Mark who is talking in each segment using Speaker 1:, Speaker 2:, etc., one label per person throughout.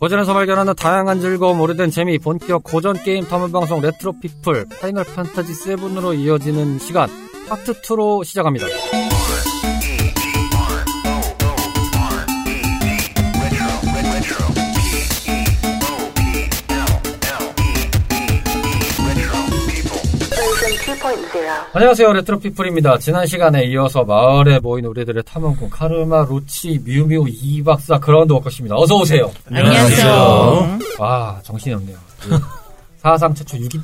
Speaker 1: 고전에서 발견하는 다양한 즐거움, 오래된 재미, 본격 고전 게임 탐험 방송 레트로 피플 파이널 판타지 7으로 이어지는 시간 파트 2로 시작합니다. 안녕하세요 레트로피플입니다 지난 시간에 이어서 마을에 모인 우리들의 탐험꾼 카르마 루치 뮤뮤 이박사 그라운드 워커십니다 어서오세요
Speaker 2: 안녕하세요.
Speaker 1: 아 정신이 없네요 예. 사상 최초 6인팟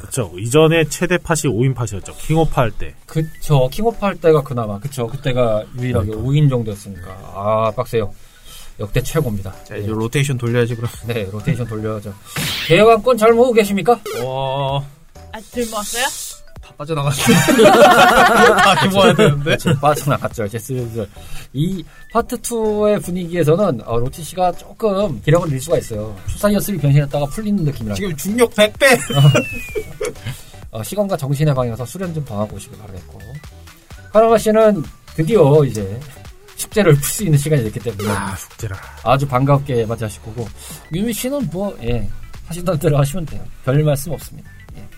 Speaker 3: 그쵸. 이전에 최대 팟이 5인 팟이었죠. 킹오파 할 때.
Speaker 1: 그쵸 킹오파 할 때가 그나마 그쵸 그때가 유일하게 5인 정도였으니까 아 빡세요 역대 최고입니다
Speaker 2: 자, 이제 로테이션 돌려야지, 그럼.
Speaker 1: 네 로테이션 돌려야죠 개혁왕권 잘 모으고 계십니까?
Speaker 2: 와,
Speaker 4: 아, 들고 왔어요?
Speaker 2: 다 빠져나갔어. 다 기모아야 되는데.
Speaker 1: 지금 그렇죠. 빠져나갔죠. 이제 슬슬. 이 파트 2의 분위기에서는 어, 로티 씨가 조금 기력을 잃을 수가 있어요. 출산이었으니 변신했다가 풀리는 느낌이라.
Speaker 2: 지금 중력 100배!
Speaker 1: 어, 시간과 정신의 방에서 수련 좀 당하고 오시길 바라겠고. 카라마 씨는 드디어 이제 숙제를 풀 수 있는 시간이 됐기 때문에
Speaker 3: 아, 숙제라.
Speaker 1: 아주 반갑게 맞이하실 거고. 유미 씨는 뭐, 예. 하신다는 대로 하시면 돼요. 별 말씀 없습니다. 예.
Speaker 4: 음.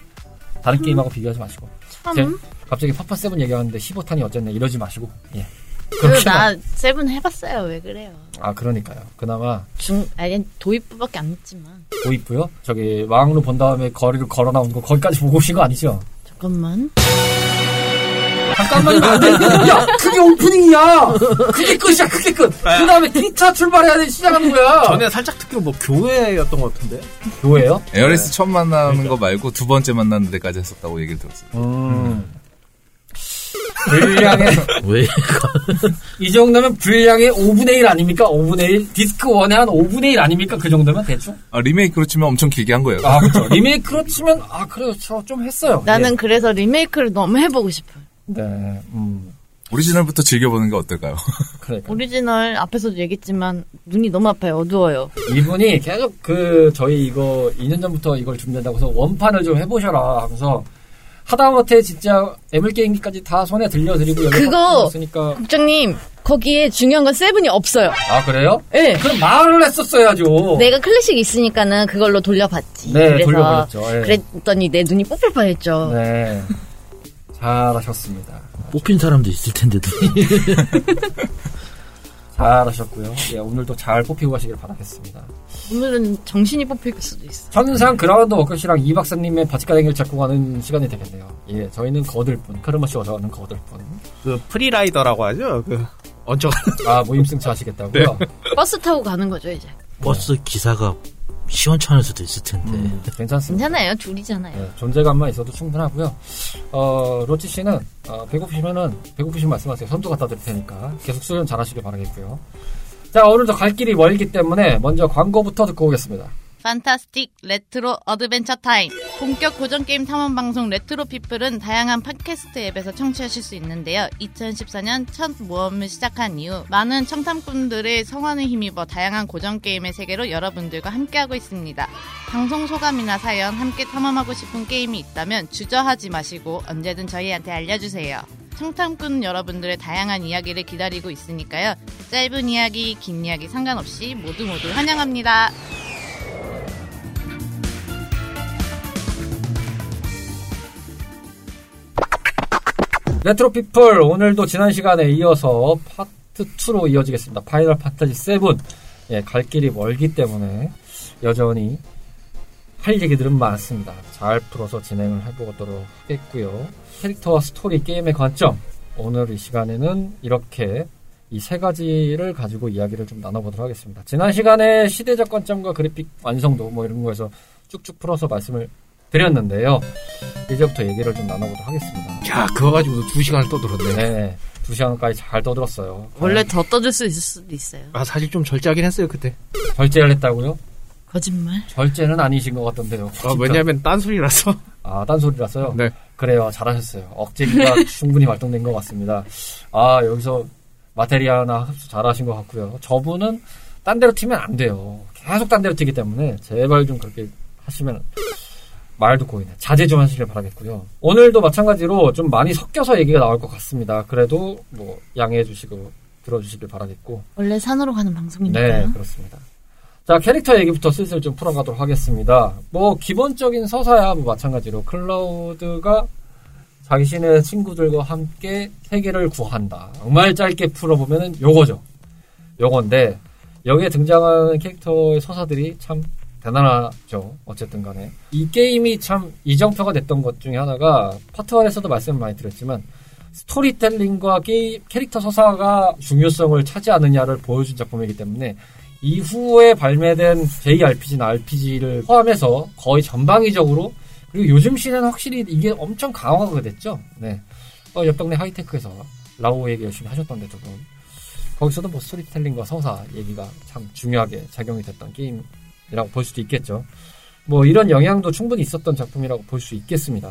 Speaker 1: 다른 게임하고 비교하지 마시고. 제-
Speaker 4: 참.
Speaker 1: 갑자기 파파7 얘기하는데 15탄이 어쨌네 이러지 마시고. 예.
Speaker 4: 그리고
Speaker 1: 그렇게만-
Speaker 4: 나 세븐 해봤어요. 왜 그래요?
Speaker 1: 아, 그러니까요. 그나마
Speaker 4: 중, 아니, 도입부밖에 안 했지만.
Speaker 1: 보이고요. 저기 왕으로 본 다음에 거리를 걸어 나온 거 거기까지 보고 오신 거 아니죠?
Speaker 4: 잠깐만.
Speaker 1: 잠깐만요. 안 돼. 야, 그게 오프닝이야. 그게 끝이야. 그게 끝. 그 다음에 기차 출발해야 돼. 시작하는 거야.
Speaker 2: 네. 전에 살짝 듣기로 뭐 교회였던 것 같은데?
Speaker 1: 교회요?
Speaker 5: 에어리스 처음 만나는 거 말고 두 번째 만나는 데까지 했었다고 얘기를 들었어요.
Speaker 1: 음. 분량의
Speaker 6: 왜?
Speaker 1: 이 정도면 분량의 5분의 1 아닙니까? 5분의 1 디스크 1의 한 5분의 1 아닙니까? 그 정도면 대충?
Speaker 5: 아, 리메이크로 치면 엄청 길게 한 거예요.
Speaker 1: 아 그렇죠. 리메이크로 치면 아 그래요. 저 좀 했어요.
Speaker 4: 나는 그래서 리메이크를 너무 해보고 싶어요.
Speaker 1: 예. 네, 음
Speaker 5: 오리지널부터 즐겨보는 게 어떨까요?
Speaker 1: 그러니까
Speaker 4: 오리지널 앞에서도 얘기했지만 눈이 너무 아파요. 어두워요.
Speaker 1: 이분이 계속 그 저희 이거 2년 전부터 이걸 준비한다고 해서 원판을 좀 해보셔라 하면서 하다못해 진짜 애물게임기까지 다 손에 들려드리고 여기
Speaker 4: 그거!
Speaker 1: 으니까
Speaker 4: 국장님, 거기에 중요한 건 세븐이 없어요.
Speaker 1: 아 그래요?
Speaker 4: 예.
Speaker 1: 그럼 말을 했었어야죠.
Speaker 4: 내가 클래식 있으니까는 그걸로 돌려봤지.
Speaker 1: 네,
Speaker 4: 그래서
Speaker 1: 돌려버렸죠. 예.
Speaker 4: 그랬더니 내 눈이 뽑힐 뻔했죠.
Speaker 1: 네. 잘하셨습니다.
Speaker 6: 뽑힌 사람도 있을 텐데도.
Speaker 1: 잘하셨고요. 예, 오늘도 잘 뽑히고 가시길 바라겠습니다.
Speaker 4: 오늘은 정신이 뽑힐 수도 있어.
Speaker 1: 천상 그라운드 워크씨랑 이 박사님의 바지가랭이를 잡고 가는 시간이 되겠네요. 예, 저희는 거들 뿐, 카르마씨 어서가는 거들 뿐.
Speaker 2: 그 프리라이더라고 하죠? 그, 얹어.
Speaker 1: 아, 모임승차 하시겠다고요?
Speaker 4: 버스 타고 가는 거죠, 이제.
Speaker 6: 버스 기사가 시원찮을 수도 있을 텐데.
Speaker 1: 음, 괜찮습니다.
Speaker 4: 괜찮아요. 둘이잖아요.
Speaker 1: 예, 존재감만 있어도 충분하고요. 어, 로치 씨는 어, 배고프시면은 배고프시면 말씀하세요. 선두 갖다 드릴 테니까 계속 수련 잘하시길 바라겠고요. 자, 오늘도 갈 길이 멀기 때문에 먼저 광고부터 듣고 오겠습니다.
Speaker 7: 판타스틱 레트로 어드벤처 타임 본격 고전 게임 탐험 방송 레트로 피플은 다양한 팟캐스트 앱에서 청취하실 수 있는데요. 2014년 첫 모험을 시작한 이후 많은 청탐꾼들의 성원에 힘입어 다양한 고전 게임의 세계로 여러분들과 함께하고 있습니다. 방송 소감이나 사연 함께 탐험하고 싶은 게임이 있다면 주저하지 마시고 언제든 저희한테 알려주세요. 청탐꾼 여러분들의 다양한 이야기를 기다리고 있으니까요. 짧은 이야기, 긴 이야기 상관없이 모두 모두 환영합니다.
Speaker 1: 레트로 피플 오늘도 지난 시간에 이어서 파트 2로 이어지겠습니다. 파이널 판타지 7. 예, 갈 길이 멀기 때문에 여전히 할 얘기들은 많습니다. 잘 풀어서 진행을 해보도록 하겠고요. 캐릭터와 스토리, 게임의 관점. 오늘 이 시간에는 이렇게 이 세 가지를 가지고 이야기를 좀 나눠보도록 하겠습니다. 지난 시간에 시대적 관점과 그래픽 완성도 뭐 이런 거에서 쭉쭉 풀어서 말씀을 드렸는데요. 이제부터 얘기를 좀 나눠보도록 하겠습니다.
Speaker 2: 야, 그거 가지고도 2시간을 떠들었네.
Speaker 1: 네. 두 시간까지 잘 떠들었어요.
Speaker 4: 원래 더 떠들 수 있을 수도 있어요.
Speaker 2: 아, 사실 좀 절제하긴 했어요, 그때.
Speaker 1: 절제를 했다고요?
Speaker 4: 거짓말?
Speaker 1: 절제는 아니신 것 같던데요.
Speaker 2: 아, 왜냐면 딴소리라서.
Speaker 1: 아, 딴소리라서요?
Speaker 2: 네.
Speaker 1: 그래요. 잘하셨어요. 억제기가 충분히 발동된 것 같습니다. 아, 여기서 마테리아나 흡수 잘하신 것 같고요. 저분은 딴 데로 튀면 안 돼요. 계속 딴 데로 튀기 때문에 제발 좀 그렇게 하시면 말도 고이네. 자제 좀 하시길 바라겠고요. 오늘도 마찬가지로 좀 많이 섞여서 얘기가 나올 것 같습니다. 그래도 뭐 양해해 주시고 들어주시길 바라겠고
Speaker 4: 원래 산으로 가는 방송이니까요.
Speaker 1: 네, 그렇습니다. 네, 자, 캐릭터 얘기부터 슬슬 좀 풀어가도록 하겠습니다. 뭐, 기본적인 서사야, 뭐, 마찬가지로. 클라우드가 자신의 친구들과 함께 세계를 구한다. 정말 짧게 풀어보면은 요거죠. 요건데, 여기에 등장하는 캐릭터의 서사들이 참 대단하죠. 어쨌든 간에. 이 게임이 참 이정표가 됐던 것 중에 하나가, 파트 1에서도 말씀을 많이 드렸지만, 스토리텔링과 게임, 캐릭터 서사가 중요성을 차지하느냐를 보여준 작품이기 때문에, 이후에 발매된 JRPG나 RPG를 포함해서 거의 전방위적으로 그리고 요즘 시대는 확실히 이게 엄청 강화가 됐죠. 네. 어, 옆 동네 하이테크에서 라오 얘기 열심히 하셨던데 두 분. 거기서도 뭐 스토리텔링과 서사 얘기가 참 중요하게 작용이 됐던 게임이라고 볼 수도 있겠죠. 뭐 이런 영향도 충분히 있었던 작품이라고 볼 수 있겠습니다.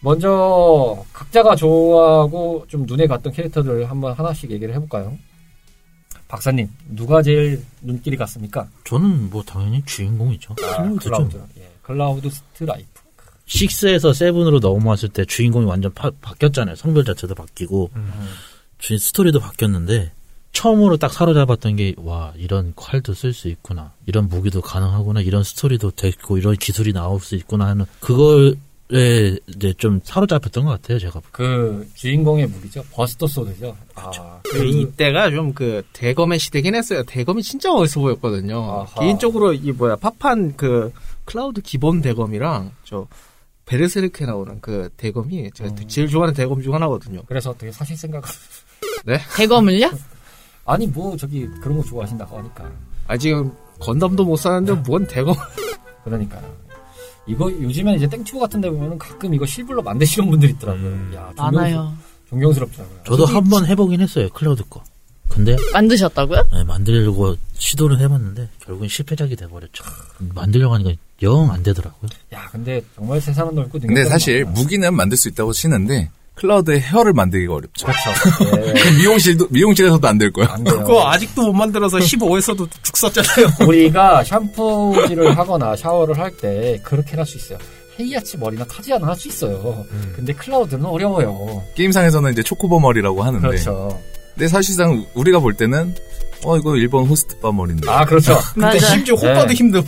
Speaker 1: 먼저 각자가 좋아하고 좀 눈에 갔던 캐릭터들 한번 하나씩 얘기를 해볼까요? 박사님 누가 제일 눈길이 갔습니까?
Speaker 6: 저는 뭐 당연히 주인공이죠.
Speaker 2: 아,
Speaker 6: 그렇죠. 클라우드죠.
Speaker 1: 클라우드,
Speaker 5: 그렇죠.
Speaker 1: 예, 클라우드 스트라이프.
Speaker 6: 6에서 7으로 넘어왔을 때 주인공이 완전 파- 바뀌었잖아요. 성별 자체도 바뀌고 주 스토리도 바뀌었는데 처음으로 딱 사로잡았던 게 와 이런 칼도 쓸 수 있구나, 이런 무기도 가능하구나, 이런 스토리도 됐고 이런 기술이 나올 수 있구나 하는 그거에 이제 좀 사로잡혔던 것 같아요. 제가
Speaker 1: 그 주인공의 무기죠. 버스터 소드죠. 아,
Speaker 2: 그 이때가 좀 그 대검의 시대긴 했어요. 대검이 진짜 어디서 보였거든요.
Speaker 1: 아하.
Speaker 2: 개인적으로 이 뭐야 팝판 그 클라우드 기본 대검이랑 저 베르세르크에 나오는 그 대검이 제가 제일 좋아하는 대검 중 하나거든요.
Speaker 1: 그래서 어떻게 사실 생각
Speaker 4: 대검을요?
Speaker 1: 아니 뭐 저기 그런 거 좋아하신다고 하니까
Speaker 2: 아 지금 건담도 못 사는데 뭔 대검?
Speaker 1: 그러니까 이거 요즘에 이제 땡튜브 같은데 보면은 가끔 이거 실물로 만드시는 분들 있더라고요. 야, 존경스-
Speaker 4: 많아요.
Speaker 1: 존경스럽더라고요.
Speaker 6: 저도
Speaker 1: 솔직히
Speaker 6: 한 번 해보긴 했어요. 클라우드 거. 근데
Speaker 4: 만드셨다고요?
Speaker 6: 네, 만들려고 시도를 해봤는데 결국엔 실패작이 돼버렸죠. 만들려고 하니까 영 안 되더라고요.
Speaker 1: 야, 근데 정말 세상은 넓고
Speaker 5: 근데
Speaker 1: 능력자는
Speaker 5: 사실
Speaker 1: 많구나.
Speaker 5: 무기는 만들 수 있다고 치는데 클라우드의 헤어를 만들기가 어렵죠.
Speaker 1: 그렇죠. 예,
Speaker 5: 미용실도 미용실에서도 안 될 거야.
Speaker 1: 안 돼요.
Speaker 2: 아직도 못 만들어서 15에서도 죽 썼잖아요.
Speaker 1: 우리가 샴푸질을 하거나 샤워를 할 때 그렇게 할 수 있어요. 헤이아치 머리나 카지아는 할 수 있어요. 근데 클라우드는 어려워요.
Speaker 5: 네. 게임상에서는 이제 초코버 머리라고 하는데
Speaker 1: 그렇죠.
Speaker 5: 근데 사실상 우리가 볼 때는 어 이거 일본 호스트바 머리인데
Speaker 1: 아, 그렇죠.
Speaker 2: 네.
Speaker 4: 맞아.
Speaker 1: 호빠도
Speaker 2: 힘듦.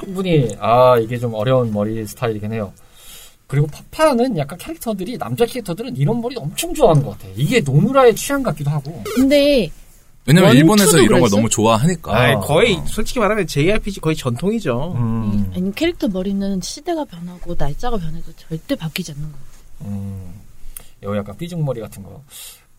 Speaker 1: 충분히 아 이게 좀 어려운 머리 스타일이긴 해요. 그리고 파파는 약간 캐릭터들이 남자 캐릭터들은 이런 머리 엄청 좋아하는 것 같아. 이게 노무라의 취향 같기도 하고.
Speaker 4: 근데
Speaker 5: 왜냐면
Speaker 4: 원투도
Speaker 5: 일본에서 이런 걸
Speaker 4: 그랬어?
Speaker 5: 너무 좋아하니까
Speaker 1: 아이,
Speaker 2: 거의 솔직히 말하면 JRPG 거의 전통이죠.
Speaker 1: 음.
Speaker 4: 아니, 캐릭터 머리는 시대가 변하고 날짜가 변해도 절대 바뀌지 않는 거.
Speaker 1: 음. 요 약간 삐죽 머리 같은 거.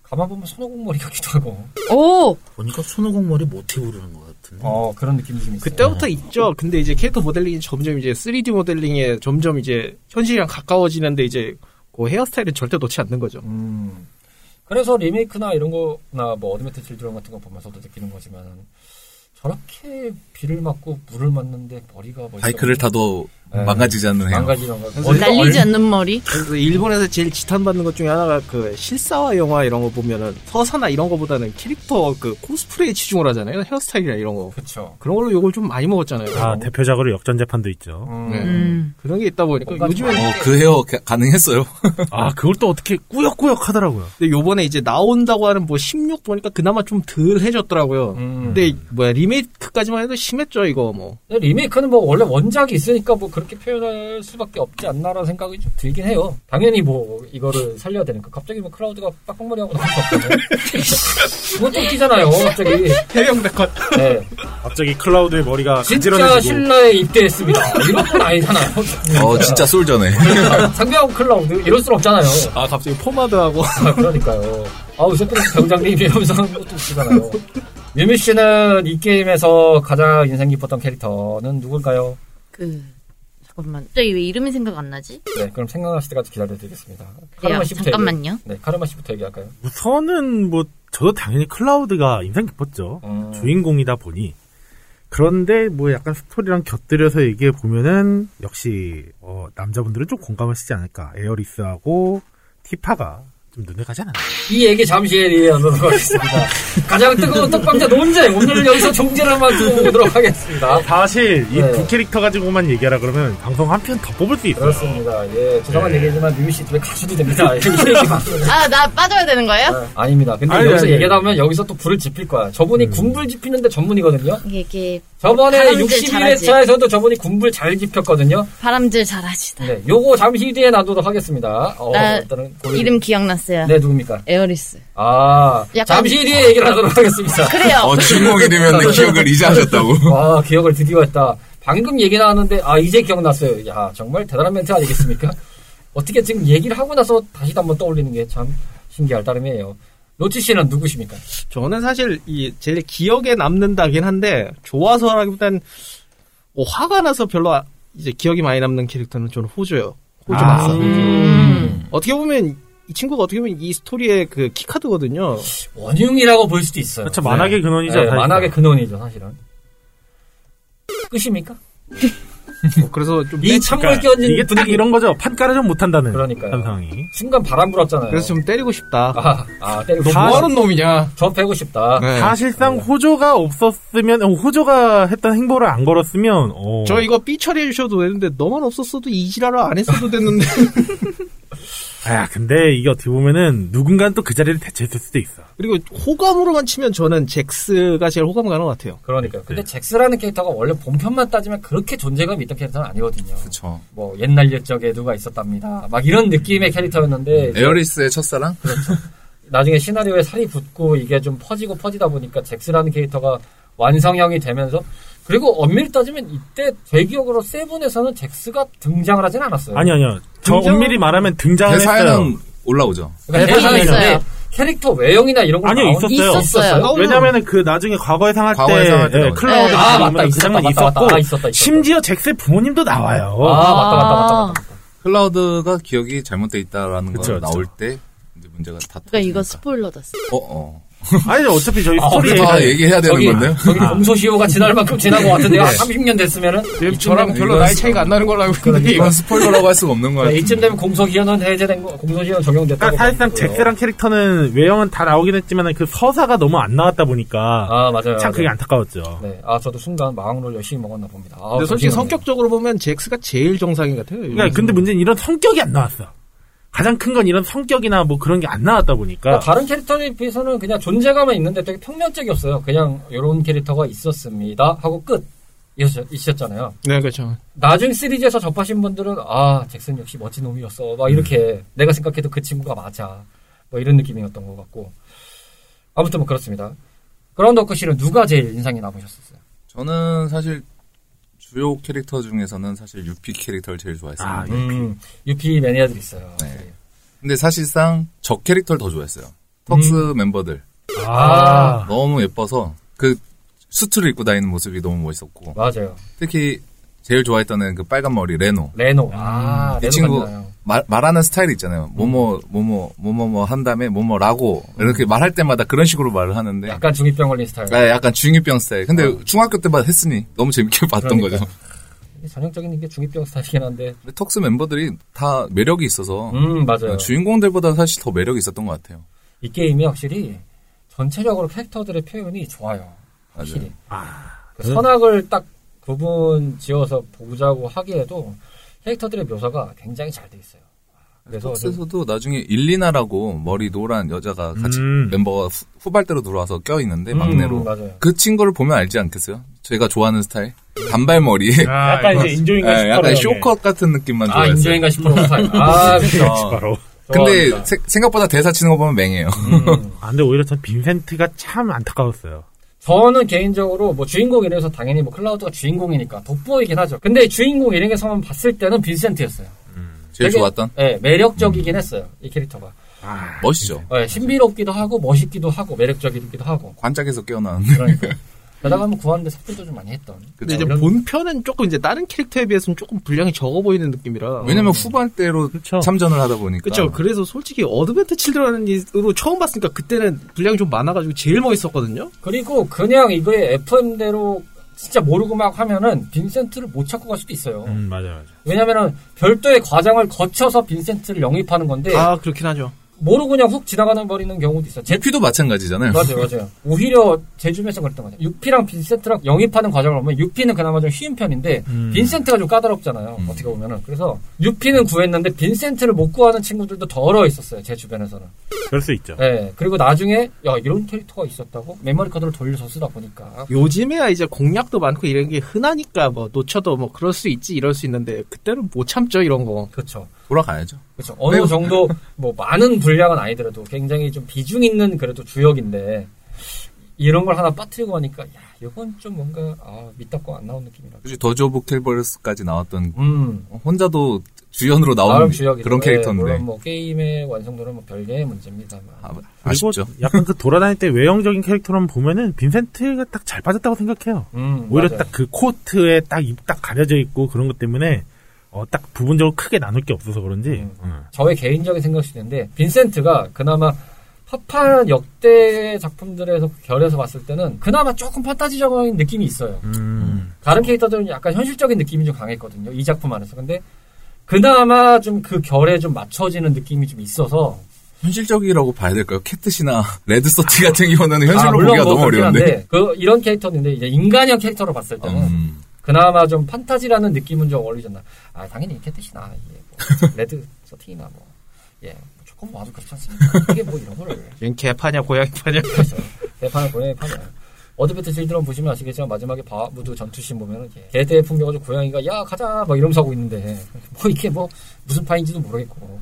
Speaker 1: 가만 보면 손오공 머리 같기도 하고.
Speaker 4: 오
Speaker 6: 보니까 손오공 머리 모티 부르는 것 같은데.
Speaker 1: 어 그런 느낌이 좀 있어요.
Speaker 2: 그때부터 있죠. 근데 이제 캐릭터 모델링이 점점 이제 3D 모델링에 점점 이제 현실이랑 가까워지는데 이제 그 헤어스타일은 절대 놓지 않는 거죠.
Speaker 1: 음. 그래서 리메이크나 이런 거나 뭐 어드벤트 질드론 같은 거 보면서도 느끼는 거지만 저렇게 비를 맞고 물을 맞는데 머리가 뭐 멋있어.
Speaker 5: 바이크를 타도
Speaker 1: 네.
Speaker 5: 망가지지 않는 헤어.
Speaker 1: 망가지는 거.
Speaker 4: 날리지 않는 머리.
Speaker 2: 그래서 일본에서 제일 지탄받는 것 중에 하나가 그 실사화 영화 이런 거 보면은 서사나 이런 거보다는 캐릭터 그 코스프레에 치중을 하잖아요. 헤어스타일이나 이런 거.
Speaker 1: 그렇죠.
Speaker 2: 그런 걸로 욕을 좀 많이 먹었잖아요.
Speaker 3: 아, 대표작으로 역전재판도 있죠.
Speaker 1: 음.
Speaker 2: 네.
Speaker 4: 음.
Speaker 2: 그런 게 있다 보니까
Speaker 1: 뭔가 좀-
Speaker 2: 요즘에
Speaker 5: 어, 그 헤어 가- 가능했어요.
Speaker 3: 아, 그걸 또 어떻게 꾸역꾸역 하더라고요.
Speaker 2: 근데 요번에 이제 나온다고 하는 뭐 16 보니까 그나마 좀 덜 해졌더라고요.
Speaker 1: 음.
Speaker 2: 근데 뭐야 리메이크까지만 해도 심했죠 이거 뭐.
Speaker 1: 근데 리메이크는 뭐 원래 원작이 있으니까 뭐 그렇게 표현할 수밖에 없지 않나라는 생각이 좀 들긴 해요. 당연히 뭐 이거를 살려야 되니까 갑자기 뭐 클라우드가 빡빡머리 하고 나올 수 없잖아요. 그건 좀 웃기잖아요, 갑자기.
Speaker 2: 해병대컷.
Speaker 1: 네.
Speaker 3: 갑자기 클라우드의 머리가
Speaker 1: 진짜
Speaker 3: 간지러지고
Speaker 1: 신라에 입대했습니다. 이런 건 아니잖아요.
Speaker 5: 어 진짜 솔전에.
Speaker 1: 상대하고 클라우드 이럴 순 없잖아요.
Speaker 2: 아 갑자기 포마드하고
Speaker 1: 아, 그러니까요. 아우 세프레스 병장님 이러면서 하는 것도 웃기잖아요. 유미 씨는 이 게임에서 가장 인상 깊었던 캐릭터는 누굴까요?
Speaker 4: 그 잠깐만. 갑자기 왜 이름이 생각 안 나지?
Speaker 1: 네, 그럼 생각하실 때까지 기다려드리겠습니다.
Speaker 4: 그래요.
Speaker 1: 카르마 씨부터 얘기해요.
Speaker 4: 잠깐만요.
Speaker 1: 네, 카르마 씨부터 얘기할까요?
Speaker 3: 우선은 뭐 저도 당연히 클라우드가 인상 깊었죠.
Speaker 1: 음.
Speaker 3: 주인공이다 보니 그런데 뭐 약간 스토리랑 곁들여서 얘기해 보면은 역시 어, 남자분들은 좀 공감하시지 않을까 에어리스하고 티파가 좀 좀 눈에 가지 않아?
Speaker 1: 이 얘기 잠시 후에 나누도록 하겠습니다. 가장 뜨거운 떡방자 논쟁 오늘 여기서 종지를 한번 두고 보도록 하겠습니다.
Speaker 3: 사실 이
Speaker 1: 네.
Speaker 3: 두 캐릭터 가지고만 얘기하라 그러면 방송 한 편 더 뽑을 수 있어요.
Speaker 1: 그렇습니다. 예, 죄송한
Speaker 3: 네.
Speaker 1: 얘기지만 뮤미 씨 집에 가셔도 됩니다. 이 얘기만.
Speaker 7: 아, 나 빠져야 되는 거예요?
Speaker 1: 네. 아닙니다. 근데
Speaker 3: 아니,
Speaker 1: 여기서
Speaker 3: 아니, 음.
Speaker 1: 얘기하다
Speaker 3: 아니.
Speaker 1: 보면 여기서 또 불을 지필 거야. 저분이 군불 지피는데 전문이거든요.
Speaker 4: 이게, 이게
Speaker 1: 저번에
Speaker 4: 바람질
Speaker 1: 61회차에서도 저분이 군불 잘 지폈거든요.
Speaker 7: 바람질 잘하시다.
Speaker 1: 네, 요거 잠시 뒤에 놔두도록 하겠습니다. 어,
Speaker 7: 나
Speaker 1: 일단은 고르-
Speaker 7: 이름 기억났어요.
Speaker 1: 네, 누굽니까?
Speaker 7: 에어리스.
Speaker 1: 아,
Speaker 7: 약간- 어.
Speaker 1: 잠시 뒤에 얘기를 하도록 하겠습니다.
Speaker 7: 그래요.
Speaker 5: 어, 주인공이 되면 내 기억을 잊어하셨다고.
Speaker 1: 와, 기억을 드디어 했다. 방금 얘기 나왔는데, 아, 이제 기억났어요. 야, 정말 대단한 멘트 아니겠습니까? 어떻게 지금 얘기를 하고 나서 다시 한번 떠올리는 게 참 신기할 따름이에요. 노치 씨는 누구십니까?
Speaker 2: 저는 사실 이 제일 기억에 남는다긴 한데 좋아서라기보단 어, 화가 나서 별로 아- 이제 기억이 많이 남는 캐릭터는 저는 호조예요.
Speaker 1: 아.
Speaker 2: 호조
Speaker 3: 아.
Speaker 2: 박사. 어떻게 보면 이 친구가 어떻게 보면 이 스토리의 그 키카드거든요. 어,
Speaker 1: 원흉이라고 볼 수도 있어요.
Speaker 3: 그렇죠. 만화계 근원이죠.
Speaker 1: 네,
Speaker 3: 사실.
Speaker 1: 만화계 근원이죠, 사실은. 끝입니까?
Speaker 2: 어, 그래서 좀
Speaker 1: 이
Speaker 2: 때-
Speaker 1: 찬물
Speaker 3: 그러니까
Speaker 1: 끼얹은
Speaker 3: 이게 딱
Speaker 1: 분위기
Speaker 3: 이런 거죠. 판가를 좀 못한다는
Speaker 1: 그러니까요.
Speaker 3: 현상이.
Speaker 1: 순간 바람 불었잖아요.
Speaker 2: 그래서 좀 때리고 싶다.
Speaker 1: 아, 아, 때리고
Speaker 2: 너
Speaker 1: 싶다.
Speaker 2: 뭐하는 놈이냐?
Speaker 1: 저 패고 싶다.
Speaker 2: 네.
Speaker 3: 사실상 호조가 없었으면 어, 호조가 했던 행보를 안 걸었으면 어,
Speaker 2: 저 이거 삐 처리해 주셔도 되는데 너만 없었어도 이 지랄을 안 했어도 됐는데
Speaker 3: 아 근데 이게 어떻게 보면은 누군가는 또 그 자리를 대체했을 수도 있어.
Speaker 2: 그리고 호감으로만 치면 저는 잭스가 제일 호감 가는 것 같아요.
Speaker 1: 그러니까요.
Speaker 3: 네.
Speaker 1: 근데 잭스라는 캐릭터가 원래 본편만 따지면 그렇게 존재감이 있던 캐릭터는 아니거든요.
Speaker 3: 그렇죠.
Speaker 5: 그쵸.
Speaker 1: 뭐 옛날 옛적에 누가 있었답니다. 막 이런 느낌의
Speaker 3: 음,
Speaker 1: 캐릭터였는데
Speaker 3: 네.
Speaker 1: 이제
Speaker 5: 에어리스의 첫사랑? 그
Speaker 1: 나중에 시나리오에 살이 붙고 이게 좀 퍼지고 퍼지다 보니까 잭스라는 캐릭터가 완성형이 되면서 그리고 엄밀히 따지면 이때 제 기억으로 세븐에서는 잭스가 등장을 하진 않았어요.
Speaker 3: 아니 아니요. 저
Speaker 2: 등장-
Speaker 3: 엄밀히 말하면
Speaker 2: 그
Speaker 3: 등장을 했어요.
Speaker 5: 네. 대사에는 올라오죠.
Speaker 1: 그러니까
Speaker 3: 대사는
Speaker 1: 대사는
Speaker 7: 있어요.
Speaker 1: 있는데 캐릭터 외형이나 이런 거
Speaker 3: 네, 아니요, 있었어요.
Speaker 1: 있었어요.
Speaker 3: 왜냐면은 그 나중에 과거의 상할 때,
Speaker 5: 과거의 상할 때
Speaker 3: 예,
Speaker 5: 나오죠.
Speaker 3: 클라우드
Speaker 1: 아,
Speaker 3: 보면은
Speaker 1: 맞다.
Speaker 3: 그
Speaker 1: 있었다,
Speaker 3: 장면이
Speaker 1: 맞다, 맞다.
Speaker 3: 있었고
Speaker 1: 아, 있었다, 있었다.
Speaker 3: 심지어 잭스의 부모님도 나와요.
Speaker 1: 아 맞다 맞다 맞다 맞다. 맞다.
Speaker 5: 클라우드가 기억이 잘못돼 있다라는 거
Speaker 3: 그쵸,
Speaker 5: 가
Speaker 3: 그쵸.
Speaker 5: 나올 때 이제 문제가 다
Speaker 4: 그러니까 이거
Speaker 5: 터지니까.
Speaker 4: 스포일러다. 스-
Speaker 5: 어, 어.
Speaker 3: 아니 어차피 저희
Speaker 1: 아,
Speaker 3: 스토리에
Speaker 5: 다 얘기해야 되는 건데요?
Speaker 1: 저기 공소시효가 지날 만큼 지난 것 같은데요. 한 30년 됐으면은
Speaker 2: 저랑 별로
Speaker 5: 이건
Speaker 2: 나이 차이가 안 나는 걸로 알고 있는데
Speaker 5: 그러니까 이건 스포일러라고 할 수가 없는 거야.
Speaker 1: 네, 이쯤 되면 공소시효는 해제된 거, 공소시효는 적용됐다고.
Speaker 3: 그러니까 사실상
Speaker 1: 보고요.
Speaker 3: 잭스랑 캐릭터는 외형은 다 나오긴 했지만 그 서사가 너무 안 나왔다 보니까
Speaker 1: 아 맞아요.
Speaker 3: 참 그게
Speaker 1: 맞아요.
Speaker 3: 안타까웠죠.
Speaker 1: 네, 아 저도 순간 망으로 열심히 먹었나 봅니다. 아,
Speaker 2: 근데 솔직히
Speaker 1: 잠시만요.
Speaker 2: 성격적으로 보면 잭스가 제일 정상인 것 같아요.
Speaker 3: 그러니까 근데 문제는 이런 성격이 안 나왔어. 가장 큰 건 이런 성격이나 뭐 그런 게 안 나왔다 보니까
Speaker 1: 그러니까 다른 캐릭터에 비해서는 그냥 존재감은 있는데 되게 평면적이었어요. 그냥 이런 캐릭터가 있었습니다 하고 끝. 이셨잖아요.
Speaker 2: 네, 그렇죠.
Speaker 1: 나중 시리즈에서 접하신 분들은 아 잭슨 역시 멋진 놈이었어. 막 이렇게 내가 생각해도 그 친구가 맞아. 뭐 이런 느낌이었던 것 같고 아무튼 뭐 그렇습니다. 그라운드워크 씨는 누가 제일 인상이 남으셨었어요?
Speaker 5: 저는 사실 주요 캐릭터 중에서는 사실 유피 캐릭터를 제일 좋아했어요.
Speaker 3: 아, 예.
Speaker 1: 음, UP 매니아들 있어요.
Speaker 5: 네. 근데 사실상 저 캐릭터를 더 좋아했어요. 턱스
Speaker 2: 음.
Speaker 5: 멤버들
Speaker 1: 아,
Speaker 5: 너무 예뻐서 그 수트를 입고 다니는 모습이 너무 멋있었고
Speaker 1: 맞아요.
Speaker 5: 특히 제일 좋아했던 애는 그 빨간 머리 레노.
Speaker 1: 레노. 아,
Speaker 5: 이
Speaker 1: 레노
Speaker 5: 친구
Speaker 1: 같나요?
Speaker 5: 말, 말하는 스타일이 있잖아요. 뭐뭐 뭐뭐 뭐뭐뭐 한 다음에 뭐뭐라고 이렇게 말할 때마다 그런 식으로 말을 하는데
Speaker 1: 약간 중이병 걸린 스타일.
Speaker 5: 아, 약간 중이병 스타일. 근데 중학교 때만 했으니 너무 재밌게 봤던
Speaker 1: 아. 그러니까.
Speaker 5: 거죠.
Speaker 1: 전형적인 게 중이병 스타일이긴 한데.
Speaker 5: 근데 턱스 멤버들이 다 매력이 있어서
Speaker 1: 음, 맞아요.
Speaker 5: 주인공들보다 사실 더 매력이 있었던 것 같아요.
Speaker 1: 이 게임이 확실히 전체적으로 캐릭터들의 표현이 좋아요.
Speaker 5: 맞아요.
Speaker 1: 확실히. 그 선악을 딱 구분 지어서 보자고 하기에도 캐릭터들의 묘사가 굉장히 잘 돼 있어요. 그래서 좀-
Speaker 5: 턱스에서도 나중에 일리나라고 머리 노란 여자가 같이
Speaker 3: 음.
Speaker 5: 멤버가 후, 발대로 들어와서 껴있는데
Speaker 1: 음,
Speaker 5: 막내로
Speaker 1: 맞아요.
Speaker 5: 그 친구를 보면 알지 않겠어요? 제가 좋아하는 스타일 단발머리에
Speaker 3: 아,
Speaker 8: 약간 이제 인조인간
Speaker 5: 예, 약간
Speaker 8: 스타일의
Speaker 5: 쇼컷 같은 느낌만
Speaker 1: 아,
Speaker 5: 좋아했어요.
Speaker 1: 인조인간 싶은 스타일. 아, 그렇죠.
Speaker 3: 바로.
Speaker 5: 근데
Speaker 1: 좋아합니다.
Speaker 5: 세- 생각보다 대사 치는 거 보면 맹해요.
Speaker 1: 음.
Speaker 3: 아, 근데 오히려 전 빈센트가 참 안타까웠어요.
Speaker 1: 저는 개인적으로 뭐 주인공 이름에서 당연히 뭐 클라우드가 주인공이니까 돋보이긴 하죠. 근데 주인공 이름에서만 봤을 때는 빈센트였어요.
Speaker 5: 제일
Speaker 1: 되게-
Speaker 5: 좋았던 음.
Speaker 1: 예, 매력적이긴 했어요. 이 캐릭터가.
Speaker 5: 멋있죠.
Speaker 1: 예, 신비롭기도 하고 멋있기도 하고 매력적이기도 하고.
Speaker 5: 관짝에서 깨어나는.
Speaker 1: 그러니까. 게다가 한번 구하는데 삭제도 좀 많이 했던.
Speaker 2: 근데 이제
Speaker 1: 이런-
Speaker 2: 본편은 조금 이제 다른 캐릭터에 비해서는 조금 분량이 적어 보이는 느낌이라.
Speaker 5: 왜냐면 후발대로
Speaker 1: 그렇죠.
Speaker 3: 그쵸.
Speaker 5: 참전을 하다 보니까.
Speaker 1: 아.
Speaker 2: 그렇죠. 그래서 솔직히 어드벤트 칠드런으로 처음 봤으니까 그때는 분량이 좀 많아가지고 제일 멋있었거든요.
Speaker 1: 그리고 그냥 이거에 FM대로 진짜 모르고 막 하면은 빈센트를 못 찾고 갈 수도 있어요.
Speaker 3: 음, 맞아, 맞아.
Speaker 1: 왜냐면은 별도의 과정을 거쳐서 빈센트를 영입하는 건데
Speaker 2: 아 그렇긴 하죠.
Speaker 1: 모르고 그냥 훅 지나가는 버리는 경우도 있어요. 제
Speaker 5: 제피도 마찬가지잖아요.
Speaker 1: 맞아요, 맞아요. 오히려 제주면서 그랬던 거죠. 6P랑 빈센트랑 영입하는 과정을 보면 6P는 그나마 좀 쉬운 편인데 빈센트가 좀 까다롭잖아요.
Speaker 5: 음.
Speaker 1: 어떻게 보면은 그래서 6P는 구했는데 빈센트를 못 구하는 친구들도 더러 있었어요. 제 주변에서는.
Speaker 3: 그럴 수 있죠.
Speaker 1: 네. 그리고 나중에 야 이런 캐릭터가 있었다고 메모리 카드를 돌려서 쓰다 보니까
Speaker 2: 요즘에야 이제 공략도 많고 이런 게 흔하니까 뭐 놓쳐도 뭐 그럴 수 있지 이럴 수 있는데 그때는 못 참죠 이런 거.
Speaker 1: 그렇죠.
Speaker 5: 돌아가야죠.
Speaker 1: 그렇죠. 어느 정도 뭐 많은 분량은 아니더라도 굉장히 좀 비중 있는 그래도 주역인데 이런 걸 하나 빠뜨리고 하니까 야 이건 좀 뭔가 아 밑답고 안 나온 느낌이라.
Speaker 5: 사실 더즈 오브 캘버리스까지 나왔던
Speaker 1: 음.
Speaker 5: 혼자도 주연으로 나오는
Speaker 1: 나름 주역이죠.
Speaker 5: 그런
Speaker 1: 예,
Speaker 5: 캐릭터인데
Speaker 1: 물론 뭐 게임의 완성도는 뭐 별개의 문제입니다만.
Speaker 5: 아,
Speaker 3: 그리고
Speaker 5: 아쉽죠.
Speaker 3: 약간 그 돌아다닐 때 외형적인 캐릭터로만 보면은 빈센트가 딱 잘 빠졌다고 생각해요.
Speaker 1: 음,
Speaker 3: 오히려
Speaker 1: 맞아요.
Speaker 3: 딱 그 코트에 딱 입 딱 가려져 있고 그런 것 때문에 어, 딱 부분적으로 크게 나눌 게 없어서 그런지
Speaker 1: 음. 저의 개인적인 생각일 수 있는데 빈센트가 그나마 파판 역대 작품들에서 결에서 봤을 때는 그나마 조금 판타지적인 느낌이 있어요.
Speaker 3: 음,
Speaker 1: 다른 캐릭터들은 약간 현실적인 느낌이 좀 강했거든요. 이 작품 안에서. 근데 그나마 좀 그 결에 좀 맞춰지는 느낌이 좀 있어서
Speaker 5: 현실적이라고 봐야 될까요? 캣뜻이나 레드서티 같은 경우는 현실로
Speaker 1: 아, 물론
Speaker 5: 보기가
Speaker 1: 뭐
Speaker 5: 너무
Speaker 1: 그렇긴
Speaker 5: 어려운데.
Speaker 1: 한데 그 이런 캐릭터인데 이제 인간형 캐릭터로 봤을 때는
Speaker 5: 음,
Speaker 1: 그나마 좀 판타지라는 느낌은 좀 어울리잖아. 아, 당연히 이렇게 뜻이나, 예, 뭐, 레드 서팅이나 뭐, 예, 뭐 조금 봐도 그렇지 않습니까? 이게 뭐 이런 거를.
Speaker 2: 지금 개파냐 고양이 파냐.
Speaker 1: 대판을 보내, 판을. 어드벤트 질드럼 보시면 아시겠지만 마지막에 바무드 전투씬 보면은 이제 개대의 풍겨가지고 고양이가 야 가자 막 이러면서 하고 있는데 뭐 이게 뭐 무슨 파인지도 모르겠고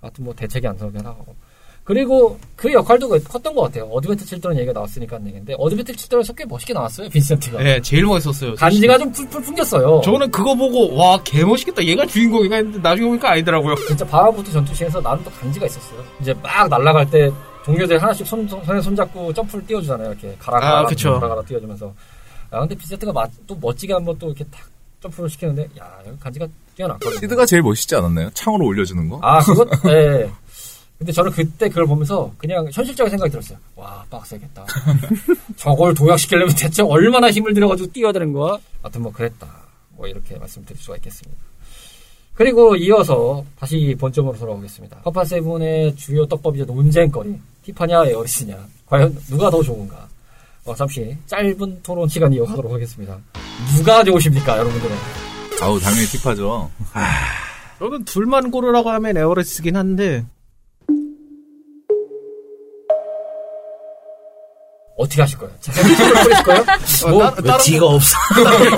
Speaker 1: 하여튼 뭐 대책이 안 서긴 하고 그리고 그 역할도 컸던 것 같아요 어드벤트 질드럼 얘기가 나왔으니까 하는 얘기인데 어드벤트 질드럼에서 꽤 멋있게 나왔어요 빈센트가
Speaker 2: 예, 제일 멋있었어요.
Speaker 1: 그러니까. 간지가 좀 풀풀 풍겼어요
Speaker 2: 저는 그거 보고 와 개멋있겠다 얘가 주인공인가 했는데 나중에 보니까 아니더라고요.
Speaker 1: 진짜 바하부트 전투시에서 나름 또 간지가 있었어요. 이제 막 날아갈 때 동료들이 하나씩 손, 손- 손에 손잡고 점프를 띄워주잖아요. 이렇게 가라 가라
Speaker 2: 아, 그쵸.
Speaker 1: 가라 가라 띄워주면서. 아 근데 비세트가 마- 또 멋지게 한번 또 이렇게 탁 점프를 시키는데 야 여기 간지가 뛰어났거든요.
Speaker 5: 시드가 제일 멋있지 않았나요? 창으로 올려주는 거?
Speaker 1: 아 그것 네. 근데 저는 그때 그걸 보면서 그냥 현실적인 생각이 들었어요. 와 빡세겠다. 저걸 도약시키려면 대체 얼마나 힘을 들여가지고 뛰어야 되는 거야? 하여튼 뭐 그랬다. 뭐 이렇게 말씀드릴 수가 있겠습니다. 그리고 이어서 다시 본점으로 돌아오겠습니다. 파파세븐의 주요 떡밥이자 논쟁거리 티파냐 에어리스냐 과연 누가 더 좋은가? 어, 잠시 짧은 토론 시간 이어가도록 하겠습니다. 누가 좋으십니까 여러분들은?
Speaker 5: 아우 당연히 팁하죠.
Speaker 2: 저는 둘만 고르라고 하면 에어레스긴 한데
Speaker 1: 어떻게 하실 거예요? 제가 팁을 뿌릴 거예요?
Speaker 2: 아,
Speaker 1: 뭐
Speaker 6: 왜 뒤가 없어?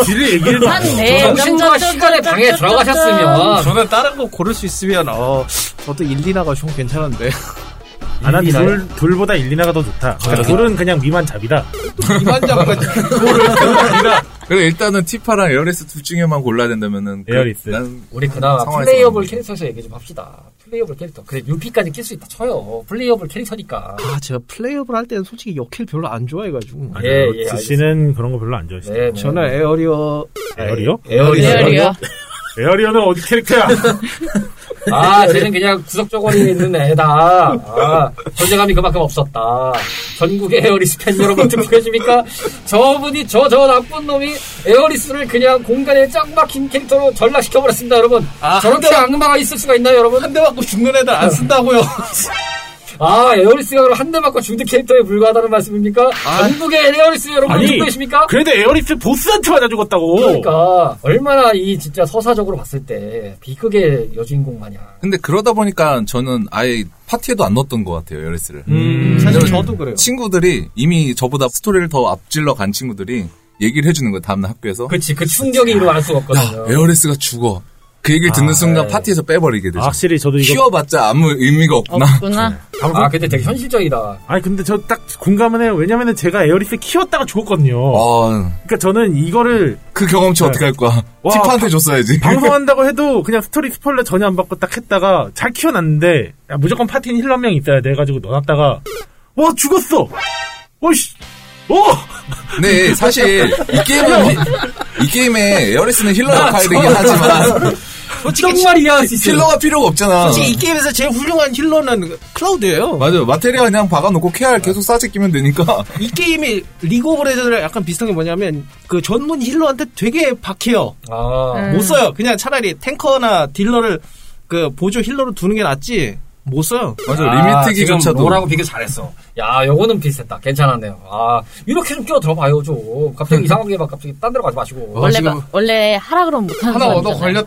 Speaker 3: 뒤를 얘기를 다-
Speaker 4: 네,
Speaker 1: 정신과 시간의 방에 들어가셨으면
Speaker 2: 저는 다른 거 고를 수 있으면 어 저도 일리나가 좀 괜찮은데
Speaker 3: 아, 난
Speaker 1: 일리나요?
Speaker 3: 둘, 둘보다 일리나가 더 좋다. 그러니까 둘은 그냥 미만 잡이다.
Speaker 2: 이만장만
Speaker 5: 그래 일단은 티파랑 에어리스 둘 중에만 골라야 된다면은 그-
Speaker 3: 에어리스.
Speaker 5: 난
Speaker 1: 우리 그나마
Speaker 5: 상황에서
Speaker 1: 플레이어블
Speaker 5: 나오는
Speaker 1: 캐릭터에서 얘기 좀 합시다. 플레이어블 캐릭터. 그래, 6피까지 낄 수 있다 쳐요. 플레이어블 캐릭터니까.
Speaker 2: 아 제가 플레이업을 할 때는 솔직히 역킬 별로 안 좋아해가지고
Speaker 1: 예, 예,
Speaker 3: 로치 씨는 그런 거 별로 안 좋아하시죠.
Speaker 1: 네, 네.
Speaker 2: 저는 에어리어
Speaker 3: 에어리어?
Speaker 1: 에어리어.
Speaker 2: 네,
Speaker 7: 에어리어.
Speaker 3: 에어리어는 어디 캐릭터야?
Speaker 1: 아, 쟤는 그냥 구석조거리에 있는 애다. 아, 존재감이 그만큼 없었다. 전국의 에어리스 팬 여러분 듣고 계십니까? 저분이 저, 저 나쁜 놈이 에어리스를 그냥 공간에 짱 막힌 캐릭터로 전락시켜버렸습니다, 여러분.
Speaker 2: 아,
Speaker 1: 저렇게
Speaker 2: 근데-
Speaker 1: 악마가 있을 수가 있나요, 여러분?
Speaker 2: 한 대 맞고 죽는 애들 안 쓴다고요
Speaker 1: 아, 에어리스가 그럼 한 대 맞고 중대 캐릭터에 불과하다는 말씀입니까? 전국의 에어리스 여러분
Speaker 3: 아니.
Speaker 1: 듣고 계십니까?
Speaker 3: 그래도 에어리스 보스한테 맞아 죽었다고.
Speaker 1: 그러니까 얼마나 이 진짜 서사적으로 봤을 때 비극의 여주인공 마냥
Speaker 5: 근데 그러다 보니까 저는 아예 파티에도 안 넣었던 것 같아요 에어리스를.
Speaker 3: 음.
Speaker 5: 음.
Speaker 2: 사실 저도 그래요
Speaker 5: 친구들이 이미 저보다 스토리를 더 앞질러 간 친구들이 얘기를 해주는 거예요 다음날 학교에서.
Speaker 1: 그치 그 충격이 이루 알 수가
Speaker 5: 야
Speaker 1: 없거든요
Speaker 5: 에어리스가 죽어. 그 얘기를 듣는 순간
Speaker 1: 네.
Speaker 5: 파티에서 빼버리게 되죠.
Speaker 3: 예. 아, 확실히 저도 이거
Speaker 5: 키워봤자 아무 의미가 없구나.
Speaker 4: 없구나.
Speaker 1: 아 근데 되게 현실적이다
Speaker 3: 아니 근데 저 딱 공감은 해요. 왜냐면은 제가 에어리스 키웠다가 죽었거든요.
Speaker 5: 아,
Speaker 3: 그러니까 저는 이거를
Speaker 5: 그 경험치
Speaker 3: 네.
Speaker 5: 어떻게 할 거야?
Speaker 3: 와,
Speaker 5: 티파한테 줬어야지.
Speaker 3: 방송한다고 해도 그냥 스토리 스포일러 전혀 안 받고 딱 했다가 잘 키워놨는데 야, 무조건 파티는 힐러 한 명 있어야 돼 가지고 넣어놨다가 와 죽었어. 오씨. 어! 오!
Speaker 5: 네, 사실 이 게임은 이 게임에 에어리스는 힐러 역할이긴 하지만
Speaker 1: 정말 이해할 수 있어요
Speaker 5: 힐러가 필요가 없잖아.
Speaker 2: 솔직히 이 게임에서 제일 훌륭한 힐러는 클라우드예요
Speaker 5: 맞아요. 마테리아 그냥 박아놓고 KR 계속 싸지 끼면 되니까.
Speaker 2: 이 게임이 리그 오브 레전드랑 약간 비슷한 게 뭐냐면 그 전문 힐러한테 되게 박해요
Speaker 1: 아
Speaker 2: 음. 못 써요. 그냥 차라리 탱커나 딜러를 그 보조 힐러로 두는 게 낫지. 못 써요.
Speaker 5: 맞아
Speaker 1: 아, 지금
Speaker 5: 리미트기조차도
Speaker 1: 노라고 비교 잘했어. 야, 요거는 비슷했다. 괜찮았네요. 아, 이렇게 좀 끼어들어봐요, 좀. 갑자기 이상하게 막 갑자기 딴 데로 가지 마시고.
Speaker 4: 원래 막- 원래 하라 그러면 못하는
Speaker 2: 하나 얻어
Speaker 4: 사람이잖아요.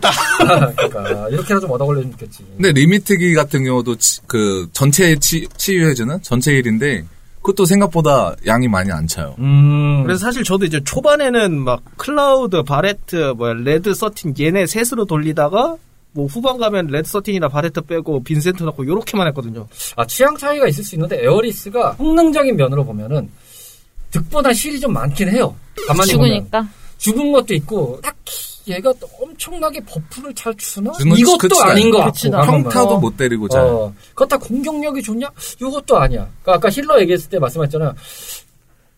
Speaker 2: 걸렸다.
Speaker 1: 그러니까 이렇게라도 좀 얻어 걸려주면 좋겠지.
Speaker 5: 근데 리미트기 같은 경우도 치- 그 전체 치, 치유해주는 전체 일인데 그것도 생각보다 양이 많이 안 차요.
Speaker 1: 음.
Speaker 2: 그래서 사실 저도 이제 초반에는 막 클라우드, 바레트, 뭐 레드 서틴 얘네 셋으로 돌리다가 뭐 후반 가면 레드 서틴이나 바레트 빼고 빈센트 넣고 요렇게만 했거든요.
Speaker 1: 아, 취향 차이가 있을 수 있는데 에어리스가 성능적인 면으로 보면은 득보다 실이 좀 많긴 해요. 가만히 보면
Speaker 4: 죽으니까.
Speaker 1: 죽은 것도 있고 딱히 얘가 또 엄청나게 버프를 잘 주나?
Speaker 5: 주는
Speaker 1: 이것도
Speaker 5: 그치가
Speaker 1: 아닌 것
Speaker 4: 그치다.
Speaker 1: 같고.
Speaker 5: 평타도
Speaker 1: 어.
Speaker 5: 못 때리고 잘.
Speaker 1: 어, 그렇다 공격력이 좋냐? 이것도 아니야. 그러니까 아까 힐러 얘기했을 때 말씀하셨잖아.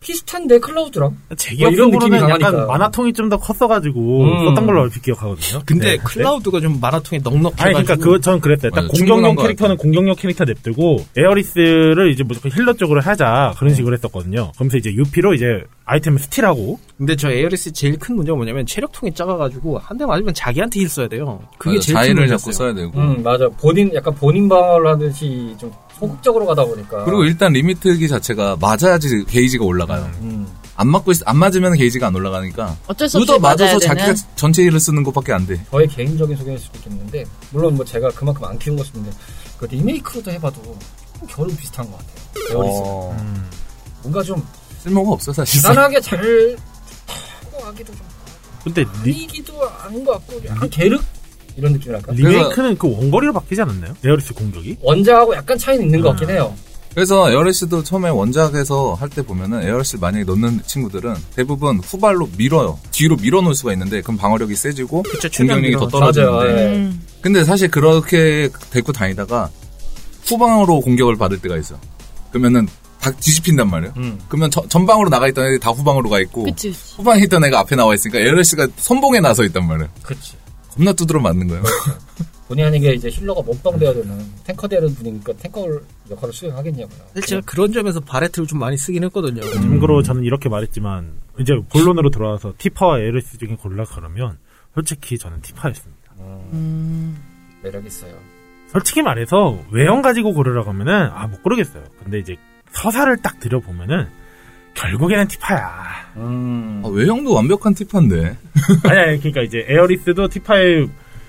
Speaker 1: 비슷한데 클라우드랑. 이런 느낌이
Speaker 3: 제기억으로는
Speaker 1: 강하니까.
Speaker 3: 약간 만화통이 좀 더 컸어가지고
Speaker 1: 음.
Speaker 3: 썼던 걸로 얼핏 기억하거든요.
Speaker 2: 근데
Speaker 3: 네.
Speaker 2: 클라우드가 좀 만화통이 넉넉해가지고
Speaker 3: 아니 그러니까 그거 전 그랬어요. 딱
Speaker 5: 맞아, 충분한
Speaker 3: 공격용
Speaker 5: 거
Speaker 3: 캐릭터는 공격용 캐릭터 냅두고 에어리스를 이제 무조건 힐러 쪽으로 하자 그런 식으로 했었거든요. 그러면서 이제 UP로 이제 아이템 스틸하고
Speaker 2: 근데 저 에어리스 제일 큰 문제가 뭐냐면 체력통이 작아가지고 한 대 맞으면 자기한테 힐 써야 돼요. 그게
Speaker 5: 맞아,
Speaker 2: 제일 큰
Speaker 5: 자인을
Speaker 2: 문제였어요.
Speaker 5: 자꾸 써야 되고.
Speaker 1: 음, 맞아. 본인, 약간 본인 방어를 하듯이 좀 소극적으로 가다 보니까.
Speaker 5: 그리고 일단 리미트기 자체가 맞아야지 게이지가 올라가요.
Speaker 1: 음.
Speaker 5: 안 맞고 있, 안 맞으면 게이지가 안 올라가니까.
Speaker 4: 어쩔 수 없이
Speaker 5: 루더
Speaker 4: 음. 맞아야
Speaker 5: 맞아서
Speaker 4: 되는.
Speaker 5: 자기가 전체 일을 쓰는 것밖에 안 돼.
Speaker 1: 저의 개인적인 소견일 수도 있겠는데, 물론 뭐 제가 그만큼 안 키운 것 있는데, 그 리메이크로도 해봐도 결은 비슷한 것 같아요. 에어리스.
Speaker 5: 어,
Speaker 1: 뭔가 좀
Speaker 5: 쓸모가 없어 사실.
Speaker 1: 기산하게 잘 타고 하기도 좀
Speaker 3: 근데 리,
Speaker 1: 이기도 아닌 것 같고, 약간 게륵? 이런 느낌이랄까?
Speaker 3: 리메이크는 그 원거리로 바뀌지 않았나요? 에어리스 공격이?
Speaker 1: 원작하고 약간 차이는 있는 것 같긴 해요.
Speaker 5: 그래서 에어리스도 처음에 원작에서 할 때 보면은 에어리스 만약에 넣는 친구들은 대부분 후발로 밀어요. 뒤로 밀어놓을 수가 있는데 그럼 방어력이 세지고
Speaker 2: 그쵸, 최대한
Speaker 5: 공격력이 더
Speaker 2: 밀어놓죠. 네.
Speaker 5: 떨어지는데.
Speaker 1: 맞아요. 예.
Speaker 4: 음.
Speaker 5: 근데 사실 그렇게 데리고 다니다가 후방으로 공격을 받을 때가 있어. 그러면은 다 뒤집힌단 말이에요.
Speaker 1: 음.
Speaker 5: 그러면 저- 전방으로 나가 있던 애들이 다 후방으로 가 있고
Speaker 4: 그치, 그치.
Speaker 5: 후방에 있던 애가 앞에 나와 있으니까 에어리스가 선봉에 나서 있단 말이에요.
Speaker 1: 그치.
Speaker 5: 겁나 두드려 맞는 거예요.
Speaker 1: 본의 아니게 이제 힐러가 몸빵돼야 되는 탱커 되는 분이니까 탱커 역할을 수행하겠냐고요.
Speaker 2: 사실 제가 그런 점에서 바레트를 좀 많이 쓰긴 했거든요.
Speaker 3: 참고로 저는 이렇게 말했지만 이제 본론으로 돌아와서 티파와 에어리스 중에 골라 그러면 솔직히 저는 티파였습니다.
Speaker 4: 음.
Speaker 1: 네, 매력 있어요.
Speaker 3: 솔직히 말해서 외형 가지고 고르라고 하면은 아 못 고르겠어요. 근데 이제 서사를 딱 들여보면은 결국에는 티파야.
Speaker 2: 음.
Speaker 5: 아, 외형도 완벽한 티파인데
Speaker 3: 아니, 아니, 그러니까 이제 에어리스도 티파에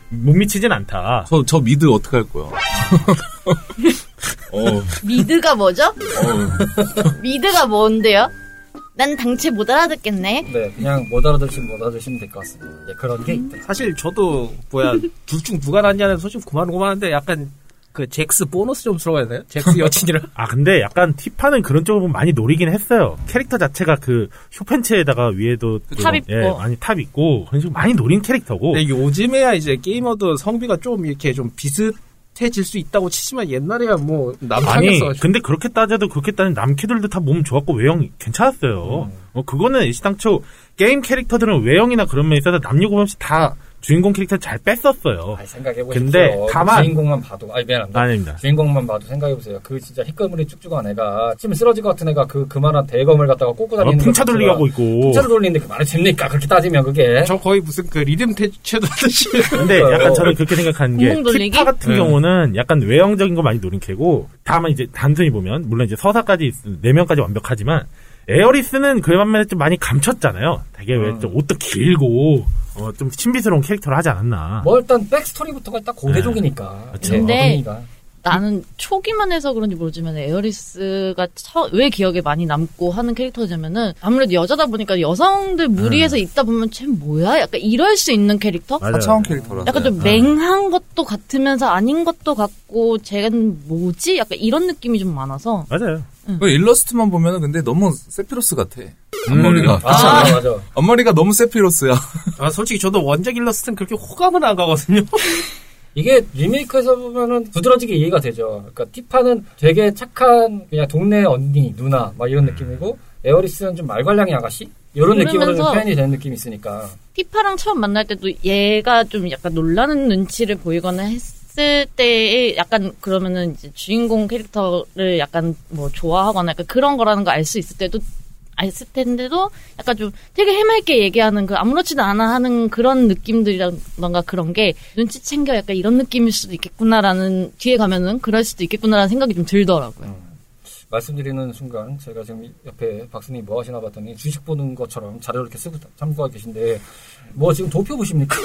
Speaker 3: 못 미치진 않다.
Speaker 5: 저, 저 미드 어떻게 할 거야? 어, 어.
Speaker 4: 미드가 뭐죠? 미드가 뭔데요? 난 당최 못 알아듣겠네.
Speaker 1: 네, 그냥 못 알아들으시면 못 알아들으시면 될 것 같습니다. 예, 그런 게 있다.
Speaker 2: 사실 저도 뭐야 둘 중 누가 낫냐는 솔직히 고만고만한데 약간 그 잭스 보너스 점수라고 해야 되나요? 잭스 여친이랑
Speaker 3: 아, 근데 약간 티파는 그런 쪽으로 보면 많이 노리긴 했어요. 캐릭터 자체가 그 쇼팬츠에다가 위에도
Speaker 1: 그
Speaker 3: 또,
Speaker 4: 탑 있고.
Speaker 3: 예, 많이 탑 있고 그런 식으로 많이 노린 캐릭터고.
Speaker 1: 네,
Speaker 2: 근데 요즘에야 이제 게이머도 성비가 좀 이렇게 좀 비슷해질 수 있다고 치지만 옛날에야 뭐
Speaker 3: 아니,
Speaker 2: 남탕이었어.
Speaker 3: 근데 그렇게 따져도 그렇게 따지면 남캐들도 다 몸 좋았고 외형 괜찮았어요.
Speaker 1: 음.
Speaker 3: 어, 그거는 시당초 게임 캐릭터들은 외형이나 그런 면에 있어서 남녀 없이 다 주인공 캐릭터 잘 뺐었어요.
Speaker 1: 아, 생각해보세요.
Speaker 3: 근데 다만-
Speaker 1: 주인공만 봐도 아니 미안합니다.
Speaker 3: 아닙니다.
Speaker 1: 주인공만 봐도 생각해보세요. 그 진짜 헥거물이 쭉쭉한 애가 찜 쓰러질 것 같은 애가 그 그만한 대검을 갖다가 꽂고
Speaker 3: 어,
Speaker 1: 다니는
Speaker 3: 풍차
Speaker 1: 것
Speaker 3: 돌리기
Speaker 1: 자체가
Speaker 3: 하고 있고.
Speaker 1: 풍차를 돌리는데 그 말이 됩니까? 그렇게 따지면 그게
Speaker 2: 저 거의 무슨 그 리듬 태체도 듯이
Speaker 3: 근데
Speaker 1: 그러니까요. 음.
Speaker 3: 약간 저는 그렇게 생각하는 게
Speaker 4: 공공 음, 돌리기?
Speaker 3: 티파 같은
Speaker 2: 네.
Speaker 3: 경우는 약간 외형적인 거 많이 노린 캐고 다만 이제 단순히 보면 물론 이제 서사까지 있- 내면까지 완벽하지만 에어리스는 그에 반면에 좀 많이 감췄잖아요. 되게 왜좀 옷도 길고 어, 좀 신비스러운 캐릭터를 하지 않았나.
Speaker 1: 뭐 일단 백스토리부터가 딱 고대종이니까.
Speaker 3: 네. 그쵸.
Speaker 1: 예,
Speaker 4: 근데
Speaker 1: 어금니가.
Speaker 4: 나는 초기만 해서 그런지 모르지만 에어리스가 처- 왜 기억에 많이 남고 하는 캐릭터냐면은 아무래도 여자다 보니까 여성들 무리해서 있다 보면 쟤 뭐야? 약간 이럴 수 있는 캐릭터?
Speaker 3: 음. 맞아요. 네.
Speaker 5: 사차원 캐릭터라서.
Speaker 4: 약간 좀 맹한 것도 같으면서 아닌 것도 같고 쟤는 뭐지? 약간 이런 느낌이 좀 많아서
Speaker 3: 맞아요.
Speaker 5: 그 일러스트만 보면은 근데 너무 세피로스 같아. 앞머리가.
Speaker 1: 아, 맞아. 맞아.
Speaker 5: 앞머리가 너무 세피로스야.
Speaker 2: 아 솔직히 저도 원작 일러스트는 그렇게 호감은 안 가거든요.
Speaker 1: 이게 리메이크에서 보면은 부드러지게 이해가 되죠. 그러니까 티파는 되게 착한 그냥 동네 언니, 누나 막
Speaker 3: 음.
Speaker 1: 이런 느낌이고 에어리스는 좀 말괄량이 아가씨 이런 느낌으로 좀
Speaker 4: 그러면서-
Speaker 1: 표현이 되는 느낌이 있으니까.
Speaker 4: 티파랑 처음 만날 때도 얘가 좀 약간 놀라는 눈치를 보이거나 했을 때에 약간 그러면은 이제 주인공 캐릭터를 약간 뭐 좋아하거나 약간 그런 거라는 거 알 수 있을 때도 알았을 텐데도 약간 좀 되게 해맑게 얘기하는 그 아무렇지도 않아 하는 그런 느낌들이라던가 그런 게 눈치 챙겨 약간 이런 느낌일 수도 있겠구나라는 뒤에 가면은 그럴 수도 있겠구나라는 생각이 좀 들더라고요.
Speaker 1: 말씀드리는 순간 제가 지금 이- 옆에 박수님 뭐 하시나 봤더니 주식 보는 것처럼 자료를 이렇게 쓰고 참고하고 계신데 뭐 지금 도표 보십니까?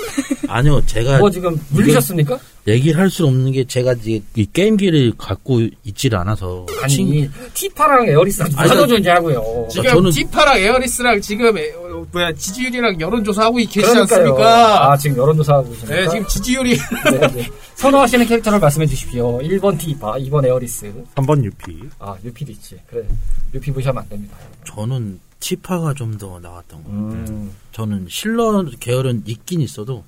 Speaker 6: 아니요,
Speaker 2: 네.
Speaker 6: 제가
Speaker 1: 뭐 지금 물리셨습니까?
Speaker 6: 얘기를 할 수 없는 게 제가 이제 이 게임기를 갖고 있질 않아서 친-
Speaker 1: 아니 티파랑 에어리스
Speaker 6: 아니,
Speaker 1: 누가 더 좋냐고요.
Speaker 2: 지금
Speaker 6: 저는-
Speaker 2: 지파랑 에어리스랑 지금 에- 어, 뭐야 지지율이랑 여론조사 하고 계시지
Speaker 1: 그러니까요.
Speaker 2: 않습니까?
Speaker 1: 아 지금 여론조사하고 계십니까?
Speaker 2: 네, 지금 지지율이
Speaker 1: 네, 네. 선호하시는 캐릭터를 말씀해 주십시오. 1번 티파, 2번 에어리스.
Speaker 3: 3번 UP.
Speaker 1: 아 유피도 있지. 그래 유피 무시하면 안 됩니다.
Speaker 6: 저는 치파가 좀 더 나왔던 거.
Speaker 1: 음,
Speaker 6: 저는 실러 계열은 있긴 있어도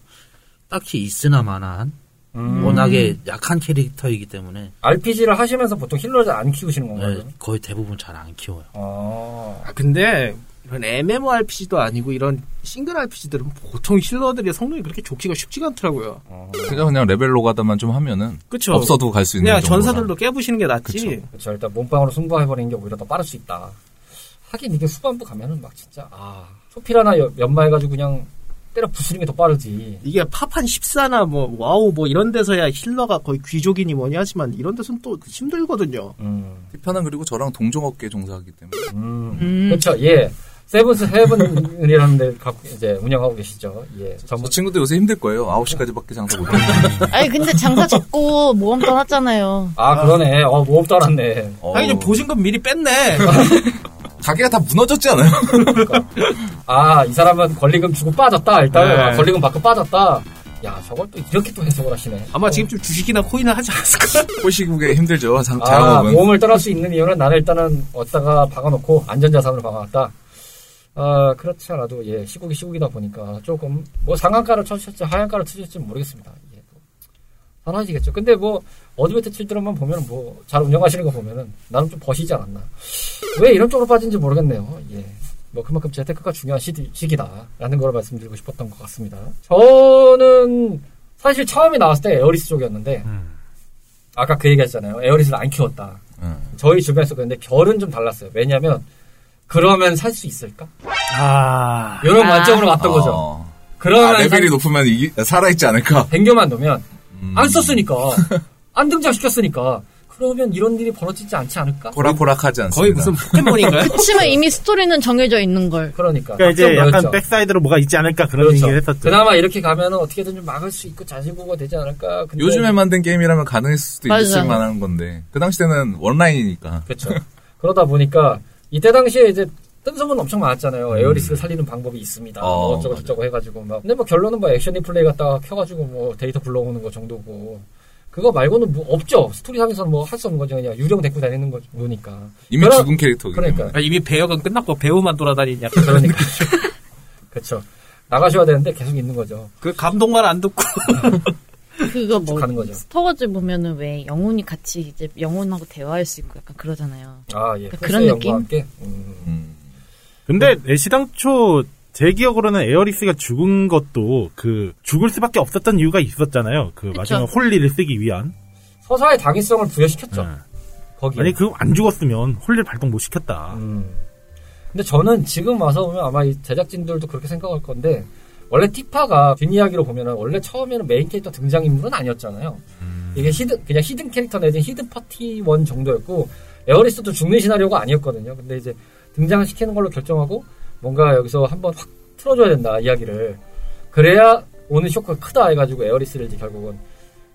Speaker 6: 딱히 있으나 마나한
Speaker 1: 음.
Speaker 6: 워낙에 약한 캐릭터이기 때문에
Speaker 1: RPG를 하시면서 보통 힐러를 안
Speaker 3: 어,
Speaker 1: 키우시는 건가요?
Speaker 6: 네, 거의 대부분 잘 안 키워요.
Speaker 1: 아,
Speaker 2: 아, 근데 이런 MMORPG도 아니고 이런 싱글 RPG들은 보통 힐러들의 성능이 그렇게 좋기가 쉽지가 않더라고요.
Speaker 5: 그냥 그냥 레벨 로가다만 좀 하면은
Speaker 2: 그쵸?
Speaker 5: 없어도 갈 수 있는
Speaker 2: 그냥
Speaker 5: 정도라.
Speaker 2: 전사들로 깨부시는 게 낫지.
Speaker 1: 그렇죠. 일단 몸빵으로 승부해버리는 게 오히려 더 빠를 수 있다. 하긴 이게 수반부 가면은 막 진짜 아 초필 하나 연- 연마해가지고 그냥 때려 부수는 게 더 빠르지.
Speaker 2: 이게 파판 14나 뭐 와우 뭐 이런 데서야 힐러가 거의 귀족이니 뭐니 하지만 이런 데서는 또 힘들거든요.
Speaker 1: 음,
Speaker 5: 티파는 그리고 저랑 동종업계 종사하기 때문에
Speaker 1: 음. 그렇죠. 예. 세븐스 헤븐이라는 데 갖고 이제 운영하고 계시죠. 예. 전부
Speaker 5: 저 친구도 요새 힘들 거예요. 9시까지밖에 장사 못 해요.
Speaker 4: 아니 근데 장사 접고 모험 떠났잖아요.
Speaker 1: 아 그러네. 어 모험 떠났네.
Speaker 5: 어,
Speaker 2: 아니 좀 보증금 미리 뺐네.
Speaker 5: 가게가 다 무너졌지 않아요?
Speaker 1: 아 이 사람은 권리금 주고 빠졌다. 일단
Speaker 2: 네.
Speaker 1: 아, 권리금 받고 빠졌다. 야 저걸 또 이렇게 또 해석을 하시네.
Speaker 2: 아마 지금쯤 주식이나 코인을 하지 않았을까?
Speaker 5: 꼬시기에 힘들죠. 장,
Speaker 1: 아,
Speaker 5: 자영업은.
Speaker 1: 몸을 떠날 수 있는 이유는 나는 일단은 어디다가 박아놓고 안전자산으로 박아놨다. 아, 그렇지 않아도, 예, 시국이 시국이다 보니까 조금, 뭐 상한가를 쳐주실지 하한가를 쳐주실지 모르겠습니다. 예, 뭐 사라지겠죠. 근데 뭐, 어드벤처 칠드로만 보면 뭐, 잘 운영하시는 거 보면은, 나름 좀 버시지 않았나. 왜 이런 쪽으로 빠진지 모르겠네요. 예. 뭐, 그만큼 재테크가 중요한 시기, 시기다. 라는 걸 말씀드리고 싶었던 것 같습니다. 저는, 사실 처음에 나왔을 때 에어리스 쪽이었는데, 아까 그 얘기 했잖아요. 에어리스를 안 키웠다.
Speaker 5: 음.
Speaker 1: 저희 주변에서 그런데 결은 좀 달랐어요. 왜냐면, 그러면 살 수 있을까?
Speaker 2: 아.
Speaker 1: 이런
Speaker 4: 아.
Speaker 1: 관점으로 봤던 거죠.
Speaker 5: 어.
Speaker 1: 그러면
Speaker 5: 아, 레벨이
Speaker 1: 살-
Speaker 5: 높으면 이, 살아있지 않을까?
Speaker 1: 뱅겨만 놓으면,
Speaker 5: 음.
Speaker 1: 안 썼으니까, 안 등장시켰으니까, 그러면 이런 일이 벌어지지 않지 않을까?
Speaker 5: 호락호락하지 않습니다.
Speaker 2: 거의 무슨 포켓몬인가요?
Speaker 4: 그치만 이미 스토리는 정해져 있는 걸.
Speaker 1: 그러니까.
Speaker 3: 그러니까 이제
Speaker 2: 그렇죠.
Speaker 1: 학점
Speaker 3: 약간
Speaker 1: 넣었죠.
Speaker 3: 백사이드로 뭐가 있지 않을까 그런
Speaker 1: 그렇죠.
Speaker 3: 얘기를 했었죠.
Speaker 1: 그나마 이렇게 가면은 어떻게든 좀 막을 수 있고 자신보가 되지 않을까. 근데-
Speaker 5: 요즘에 만든 게임이라면 가능했을 수도
Speaker 4: 맞아요.
Speaker 5: 있을 만한 건데 그 당시 때는 온라인이니까
Speaker 1: 그렇죠. 그러다 보니까 이때 당시에 이제 뜬소문 엄청 많았잖아요. 에어리스를 살리는 방법이 있습니다.
Speaker 5: 어,
Speaker 1: 어, 어쩌고 저쩌고 해가지고 막. 근데 뭐 결론은 뭐 액션이 플레이 갖다가 켜가지고 뭐 데이터 불러오는 거 정도고. 그거 말고는 뭐 없죠. 스토리상에서는 뭐 할 수 없는 거죠. 그냥 유령 데리고 다니는 거니까.
Speaker 5: 이미
Speaker 1: 그럼-
Speaker 5: 죽은 캐릭터기 때문에
Speaker 1: 그러니까.
Speaker 2: 아, 이미 배역은 끝났고 배우만 돌아다니냐.
Speaker 1: 그러니까. 그렇죠. 나가셔야 되는데 계속 있는 거죠.
Speaker 2: 그 감동만 안 듣고.
Speaker 4: 그거 뭐
Speaker 1: 가는 거죠.
Speaker 4: 스타워즈 보면은 왜 영혼이 같이 이제 영혼하고 대화할 수 있고 약간 그러잖아요.
Speaker 1: 아, 예.
Speaker 4: 그런
Speaker 1: 펄스의 영과
Speaker 4: 느낌?
Speaker 1: 함께. 음.
Speaker 5: 음.
Speaker 3: 근데 시당초 제 기억으로는 에어리스가 죽은 것도 그 죽을 수밖에 없었던 이유가 있었잖아요. 그 마지막 홀리를 쓰기 위한.
Speaker 1: 서사의 당위성을 부여시켰죠.
Speaker 3: 네.
Speaker 1: 거기에.
Speaker 3: 아니 그 안 죽었으면 홀리를 발동 못 시켰다.
Speaker 1: 음. 근데 저는 지금 와서 보면 아마 이 제작진들도 그렇게 생각할 건데 원래 티파가 뒷이야기로 보면은 원래 처음에는 메인 캐릭터 등장 인물은 아니었잖아요. 이게 히든 그냥 히든 캐릭터 내지 히든 파티원 정도였고 에어리스도 죽는 시나리오가 아니었거든요. 근데 이제 등장시키는 걸로 결정하고 뭔가 여기서 한번 확 틀어줘야 된다 이야기를 그래야 오는 쇼크가 크다 해가지고 에어리스를 이제 결국은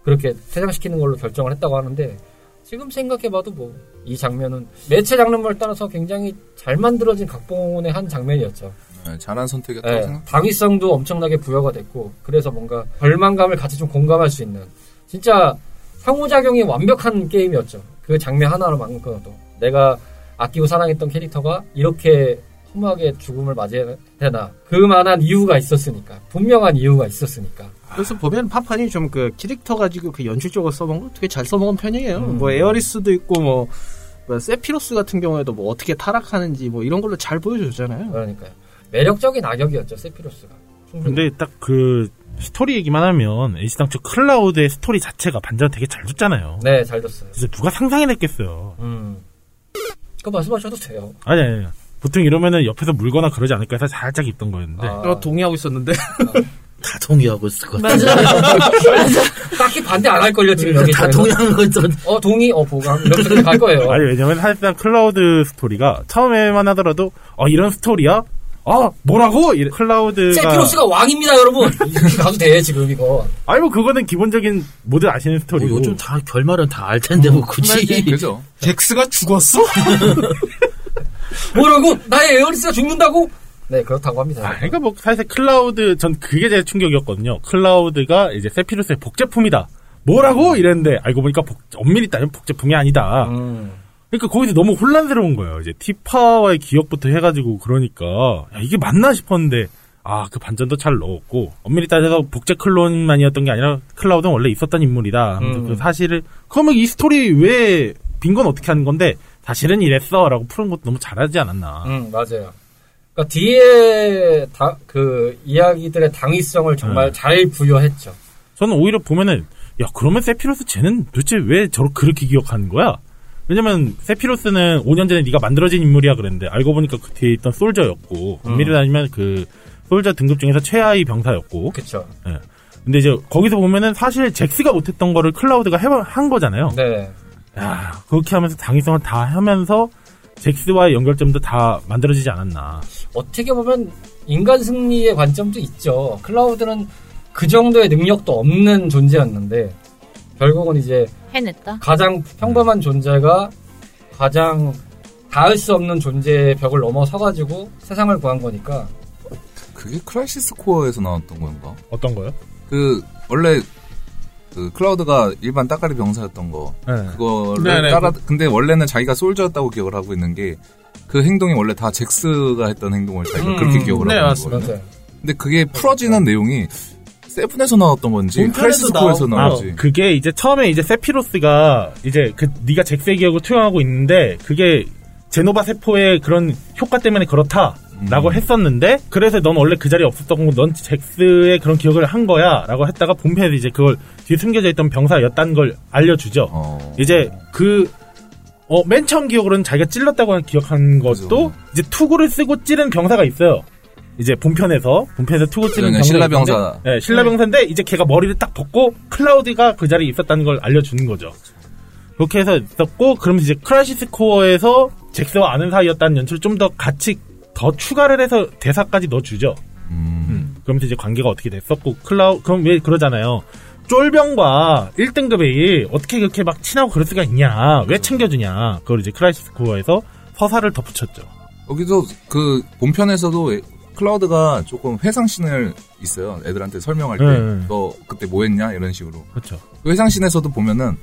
Speaker 1: 그렇게 퇴장시키는 걸로 결정을 했다고 하는데 지금 생각해봐도 뭐 이 장면은 매체 장르물을 따라서 굉장히 잘 만들어진 각본의 한 장면이었죠.
Speaker 5: 네, 잘한 선택이었다고
Speaker 1: 예,
Speaker 5: 생각.
Speaker 1: 당위성도 엄청나게 부여가 됐고 그래서 뭔가 절망감을 같이 좀 공감할 수 있는 진짜 상호작용이 완벽한 게임이었죠. 그 장면 하나로만큼도 내가 아끼고 사랑했던 캐릭터가 이렇게 허무하게 죽음을 맞이해야 되나 그만한 이유가 있었으니까 분명한 이유가 있었으니까
Speaker 2: 그래서 보면 파판이 좀 그 캐릭터 가지고 그 연출적으로 써먹은 거 되게 잘 써먹은 편이에요.
Speaker 1: 음.
Speaker 2: 뭐 에어리스도 있고 뭐, 뭐 세피로스 같은 경우에도 뭐 어떻게 타락하는지 뭐 이런 걸로 잘 보여줬잖아요.
Speaker 1: 그러니까요. 매력적인 악역이었죠 세피로스가. 충분히.
Speaker 3: 근데 딱 그 스토리 얘기만 하면 애시당초 클라우드의 스토리 자체가 반전 되게 잘 줬잖아요.
Speaker 1: 네잘 줬어요.
Speaker 3: 그래서 누가 상상해냈겠어요.
Speaker 1: 음. 그거 말씀하셔도 돼요.
Speaker 3: 아니 아니. 아니. 보통 이러면은 옆에서 물거나 그러지 않을까 해서 살짝 입던 거였는데
Speaker 1: 아,
Speaker 2: 어, 동의하고 있었는데
Speaker 6: 다 동의하고 있을 것 같아.
Speaker 1: 딱히 반대 안 할걸요, 지금 여기.
Speaker 6: 음, 다 동의하는 거 있던.
Speaker 1: 어, 동의, 어, 보강. 이렇게 갈 거예요.
Speaker 3: 아니 왜냐면 사실상 클라우드 스토리가 처음에만 하더라도 어 이런 스토리야? 아 뭐라고? 이래. 클라우드가
Speaker 1: 세피로스가 왕입니다, 여러분. 이렇게 가도 돼, 지금 이거.
Speaker 3: 아니 뭐 그거는 기본적인 모두 아시는
Speaker 6: 뭐
Speaker 3: 스토리고 음,
Speaker 6: 요즘 다 결말은 다 알 텐데 뭐 굳이.
Speaker 5: 그죠?
Speaker 2: 잭스가 죽었어?
Speaker 1: 뭐라고? 나의 에어리스가 죽는다고? 네, 그렇다고 합니다.
Speaker 3: 아, 그러니까 뭐 사실 클라우드 전 그게 제일 충격이었거든요. 클라우드가 이제 세피루스의 복제품이다. 뭐라고 이랬는데 알고 보니까 복, 엄밀히 따지면 복제품이 아니다.
Speaker 1: 음.
Speaker 3: 그러니까 거기서 너무 혼란스러운 거예요. 이제 티파와의 기억부터 해가지고 그러니까 야, 이게 맞나 싶었는데 아 그 반전도 잘 넣었고 엄밀히 따져서 복제 클론만이었던 게 아니라 클라우드는 원래 있었던 인물이다. 하면서
Speaker 1: 음.
Speaker 3: 그 사실을 그러면 이 스토리 왜 빈 건 어떻게 하는 건데 사실은 이랬어라고 푸는 것도 너무 잘하지 않았나.
Speaker 1: 음, 맞아요. 그러니까 뒤에 다, 그 이야기들의 당위성을
Speaker 6: 네.
Speaker 1: 정말 잘 부여했죠.
Speaker 3: 저는 오히려 보면은 야 그러면 세피로스 쟤는 도대체 왜 저렇게 그렇게 기억하는 거야? 왜냐면 세피로스는 5년 전에 네가 만들어진 인물이야 그랬는데 알고 보니까 그 뒤에 있던 솔저였고 엄밀히 따지면 그 솔저 등급 중에서 최하위
Speaker 6: 어?
Speaker 3: 병사였고
Speaker 1: 그쵸.
Speaker 3: 근데 이제 거기서 보면은 사실 잭스가 못했던 거를 클라우드가 해, 한 거잖아요.
Speaker 1: 네.
Speaker 3: 야 그렇게 하면서 당위성을 다 하면서 잭스와의 연결점도 다 만들어지지 않았나.
Speaker 1: 어떻게 보면 인간 승리의 관점도 있죠. 클라우드는 그 정도의 능력도 없는 존재였는데 결국은 이제
Speaker 7: 해냈다.
Speaker 1: 가장 평범한 존재가 가장 닿을 수 없는 존재의 벽을 넘어서가지고 세상을 구한 거니까
Speaker 5: 그게 크라이시스 코어에서 나왔던 건가?
Speaker 3: 어떤 거요?
Speaker 5: 그 원래 그 클라우드가 일반 따까리 병사였던 거
Speaker 3: 네.
Speaker 5: 그거를
Speaker 2: 네네.
Speaker 5: 따라 근데 원래는 자기가 솔저였다고 기억을 하고 있는 게 그 행동이 원래 다 잭스가 했던 행동을 자기가
Speaker 1: 음,
Speaker 5: 그렇게 기억을 하고
Speaker 2: 네,
Speaker 5: 있는
Speaker 2: 맞습니다.
Speaker 5: 거예요.
Speaker 1: 맞아요.
Speaker 5: 근데 그게 풀어지는 내용이 세븐에서 나왔던 건지
Speaker 2: 본편에도
Speaker 5: 크라이시스 코어에서
Speaker 2: 아, 나오-
Speaker 5: 나오지.
Speaker 3: 아, 그게 이제 처음에 이제 세피로스가 이제 그 네가 잭스의 기억을 투영하고 있는데 그게 제노바 세포의 그런 효과 때문에 그렇다라고
Speaker 2: 음.
Speaker 3: 했었는데 그래서 넌 원래 그 자리에 없었던 거고 넌 잭스의 그런 기억을 한 거야라고 했다가 본편에서 이제 그걸 뒤에 숨겨져 있던 병사였다는 걸 알려주죠.
Speaker 5: 어.
Speaker 3: 이제 그 어, 맨 처음 기억으로는 자기가 찔렀다고 기억한 것도
Speaker 5: 그죠.
Speaker 3: 이제 투구를 쓰고 찌른 병사가 있어요. 이제 본편에서 본편에서 투구 찌른
Speaker 5: 그냥
Speaker 3: 병사가
Speaker 5: 신라
Speaker 3: 있는데,
Speaker 5: 병사. 네.
Speaker 3: 예, 신라 병사인데 이제 걔가 머리를 딱 벗고 클라우드가 그 자리에 있었다는 걸 알려주는 거죠. 그렇게 해서 있었고 그러면서 이제 크라시스 코어에서 잭스와 아는 사이였다는 연출을 좀 더 같이 더 추가를 해서 대사까지 넣어주죠.
Speaker 5: 음.
Speaker 3: 그러면서 이제 관계가 어떻게 됐었고 클라우 그럼 왜 그러잖아요. 쫄병과 1등급이 어떻게 그렇게 막 친하고 그럴 수가 있냐? 왜 챙겨주냐? 그걸 이제 크라이시스 코어에서 서사를 덧붙였죠.
Speaker 5: 여기서 그 본편에서도 에- 클라우드가 조금 회상신을 있어요. 애들한테 설명할 때.
Speaker 3: 네.
Speaker 5: 너 그때 뭐 했냐? 이런 식으로.
Speaker 3: 그렇죠.
Speaker 5: 그 회상신에서도 보면은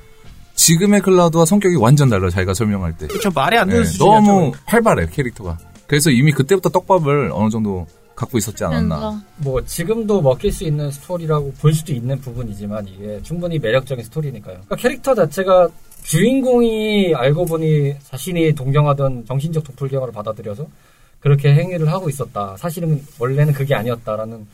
Speaker 5: 지금의 클라우드와 성격이 완전 달라요. 자기가 설명할 때.
Speaker 2: 저 말이 안 되는
Speaker 5: 네,
Speaker 2: 수준이야.
Speaker 5: 너무 활발해, 캐릭터가. 그래서 이미 그때부터 떡밥을 어느 정도 갖고
Speaker 1: 아,
Speaker 5: 있었지 않았나.
Speaker 7: 그래서
Speaker 1: 뭐 지금도 먹힐 수 있는 스토리라고 볼 수도 있는 부분이지만 이게 충분히 매력적인 스토리니까요. 그러니까 캐릭터 자체가 주인공이 알고 보니 자신이 동경하던 정신적 도플갱어를 받아들여서 그렇게 행위를 하고 있었다. 사실은 원래는 그게 아니었다라는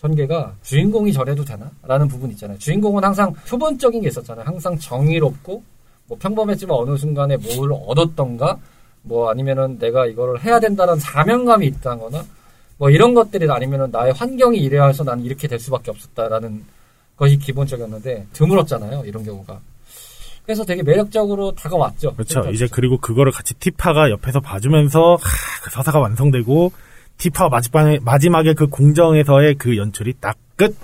Speaker 1: 전개가 주인공이 저래도 되나라는 부분 있잖아요. 주인공은 항상 표본적인 게 있었잖아요. 항상 정의롭고 뭐 평범했지만 어느 순간에 뭘 얻었던가 뭐 아니면은 내가 이거를 해야 된다는 사명감이 있다거나 뭐 이런 것들이 아니면은 나의 환경이 이래야 해서 난 이렇게 될 수밖에 없었다라는 것이 기본적이었는데 드물었잖아요 이런 경우가 그래서 되게 매력적으로 다가왔죠
Speaker 3: 그렇죠. 이제 그리고 그거를 같이 티파가 옆에서 봐주면서 하, 그 서사가 완성되고 티파 마지막에 마지막에 그 공정에서의 그 연출이 딱 끝.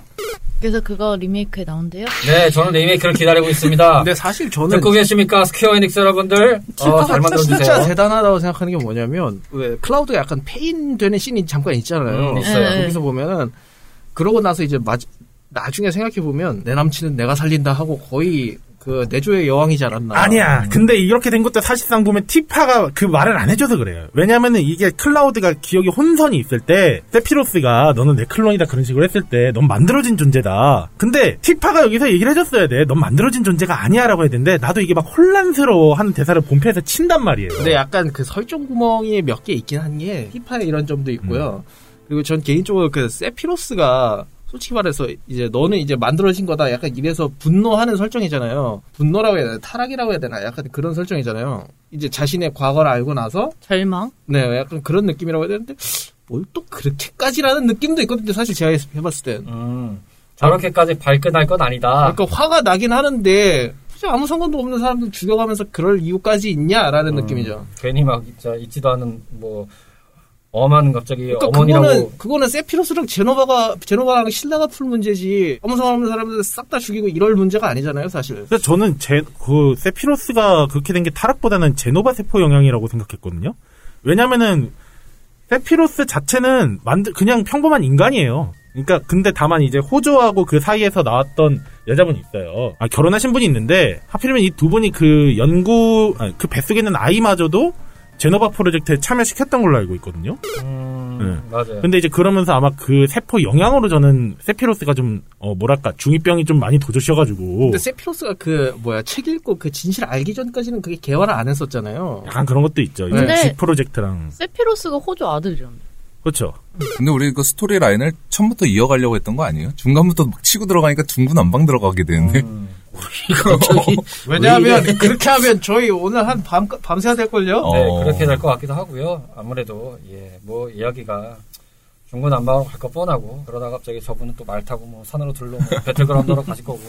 Speaker 7: 그거 리메이크에 나온대요.
Speaker 1: 네 저는 리메이크를 기다리고 있습니다
Speaker 2: 근데 사실 저는
Speaker 1: 듣고 계십니까 스퀘어 에닉스 여러분들 어,
Speaker 2: 티파가
Speaker 1: 잘
Speaker 2: 진짜
Speaker 1: 만들어주세요
Speaker 2: 대단하다고 생각하는 게 뭐냐면 왜 클라우드가 약간 페인되는 씬이 잠깐 있잖아요.
Speaker 1: 음, 있어요.
Speaker 7: 네.
Speaker 2: 거기서 보면은 그러고 나서 이제 마, 나중에 생각해 보면 내 남친은 내가 살린다 하고 거의 그 내조의 여왕이지 않았나.
Speaker 3: 아니야. 근데 이렇게 된 것도 사실상 보면 티파가 그 말을 안 해줘서 그래요. 왜냐면은 이게 클라우드가 기억이 혼선이 있을 때 세피로스가 너는 내 클론이다 그런 식으로 했을 때 넌 만들어진 존재다. 근데 티파가 여기서 얘기를 해줬어야 돼. 넌 만들어진 존재가 아니야라고 해야 되는데 나도 이게 막 혼란스러워하는 대사를 본편에서 친단 말이에요.
Speaker 2: 근데 약간 그 설정 구멍이 몇 개 있긴 한 게 티파의 이런 점도 있고요. 그리고 전 개인적으로 그 세피로스가 솔직히 말해서 이제 너는 이제 만들어진 거다 약간 이래서 분노하는 설정이잖아요. 분노라고 해야 되나 타락이라고 해야 되나 약간 그런 설정이잖아요. 이제 자신의 과거를 알고 나서
Speaker 4: 절망?
Speaker 2: 네 약간 그런 느낌이라고 해야 되는데 뭘 또 그렇게까지라는 느낌도 있거든요. 사실 제가 해봤을 때
Speaker 1: 음, 저렇게까지 발끈할 건 아니다.
Speaker 2: 그러니까 화가 나긴 하는데 굳이 아무 상관도 없는 사람들 죽여가면서 그럴 이유까지 있냐라는
Speaker 1: 음.
Speaker 2: 느낌이죠.
Speaker 1: 괜히 막 진짜 있지도 않은 뭐 엄한 갑자기
Speaker 2: 그러니까
Speaker 1: 어머니라고
Speaker 2: 그거는 그거는 세피로스랑 제노바가 제노바랑 신라가 풀 문제지 아무 상관없는 사람들 싹 다 죽이고 이럴 문제가 아니잖아요 사실.
Speaker 3: 그래서 저는 제 그 세피로스가 그렇게 된 게 타락보다는 제노바 세포 영향이라고 생각했거든요. 왜냐면은 세피로스 자체는 만드 그냥 평범한 인간이에요. 그러니까 근데 다만 이제 호조하고 그 사이에서 나왔던 여자분이 있어요. 아 결혼하신 분이 있는데 하필이면 이 두 분이 그 연구 아니, 그 뱃속에 있는 아이마저도 제노바 프로젝트에 참여시켰던 걸로 알고 있거든요.
Speaker 1: 음, 맞아요.
Speaker 3: 네. 근데 이제 그러면서 아마 그 세포 영향으로 저는 세피로스가 좀 어, 뭐랄까 중이병이 좀 많이 도저셔가지고
Speaker 2: 근데 세피로스가 그 뭐야 책 읽고 그 진실 알기 전까지는 그게 개화를 안 했었잖아요.
Speaker 3: 약간 그런 것도 있죠.
Speaker 2: 네.
Speaker 4: 근데-
Speaker 3: 지 프로젝트랑
Speaker 4: 세피로스가 호주 아들이라며.
Speaker 3: 그렇죠.
Speaker 5: 근데 우리 그 스토리 라인을 처음부터 이어가려고 했던 거 아니에요? 중간부터 막 치고 들어가니까 중구난방 들어가게
Speaker 1: 음.
Speaker 5: 되는데.
Speaker 1: 네,
Speaker 6: 갑자기
Speaker 2: 왜냐하면 그렇게 하면 저희 오늘 한 밤 밤새야 될 걸요.
Speaker 5: 어.
Speaker 1: 네, 그렇게 될 것 같기도 하고요. 아무래도 예, 뭐 이야기가 중구난방으로 갈 것 뻔하고 그러다 갑자기 저분은 또 말 타고 뭐 산으로 둘러 뭐 배틀그라운드로 가실 거고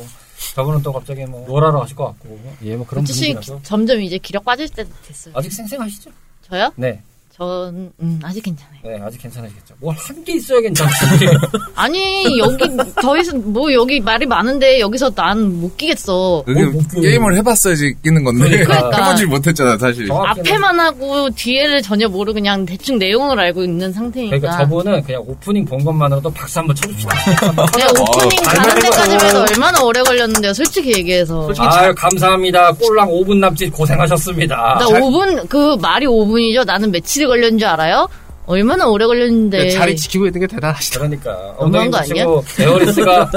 Speaker 1: 저분은 또 갑자기 뭐 노라로 가실 것 같고 예, 뭐 그런
Speaker 4: 지씨
Speaker 1: 분위기라서
Speaker 4: 점점 이제 기력 빠질 때 됐어요.
Speaker 1: 아직 생생하시죠?
Speaker 4: 저요?
Speaker 1: 네,
Speaker 4: 전 음, 아직 괜찮아요.
Speaker 1: 네 아직 괜찮으시겠죠. 뭘 한 게 있어야 괜찮지.
Speaker 4: 아니 여기 저희서 뭐 여기 말이 많은데 여기서 난 못 끼겠어.
Speaker 5: 그게
Speaker 1: 어, 뭐 그-
Speaker 5: 게임을 해봤어야지 끼는 건데
Speaker 1: 그러니까.
Speaker 5: 해보질 못했잖아 사실.
Speaker 1: 정확히는-
Speaker 4: 앞에만 하고 뒤에를 전혀 모르고 그냥 대충 내용을 알고 있는 상태니까.
Speaker 1: 그러니까 저분은 그냥 오프닝 본 것만으로도 박수 한번 쳐줍시다.
Speaker 4: 내
Speaker 1: 아,
Speaker 4: 오프닝
Speaker 1: 얼마나
Speaker 4: 가는 데까지만 해도 얼마나 오래 걸렸는데요. 솔직히 얘기해서.
Speaker 2: 솔직히
Speaker 1: 아유 감사합니다. 꼴랑 5분 남짓 고생하셨습니다.
Speaker 5: 아,
Speaker 4: 나 5분 그 말이 5분이죠. 나는 며칠 걸렸는 줄 알아요? 얼마나 오래
Speaker 5: 네.
Speaker 4: 걸렸는데.
Speaker 2: 자리 지키고 있는 게 대단하시다.
Speaker 1: 그러니까
Speaker 4: 너무한
Speaker 1: 엉덩이
Speaker 4: 거
Speaker 1: 붙이고 에어리스가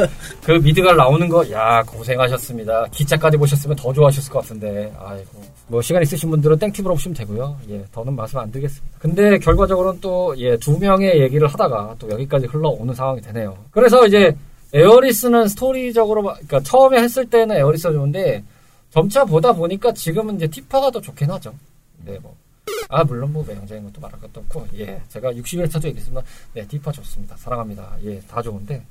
Speaker 1: 그 미드갈 나오는 거 야 고생하셨습니다. 기차까지 보셨으면 더 좋아하셨을 것 같은데 아이고 뭐 시간 있으신 분들은 땡팁으로 보시면 되고요. 예 더는 말씀 안 드리겠습니다. 근데 결과적으로는 또 예 두 명의 얘기를 하다가 또 여기까지 흘러오는 상황이 되네요. 그래서 이제 에어리스는 스토리적으로 막- 그러니까 처음에 했을 때는 에어리스가 좋은데 점차 보다 보니까 지금은 이제 티파가 더 좋긴 하죠. 네 뭐. 아 물론 뭐 매형적인 것도 말할 것도 없고 예 제가 61회차도 얘기했지만 네, 디파 좋습니다. 사랑합니다. 예, 다 좋은데.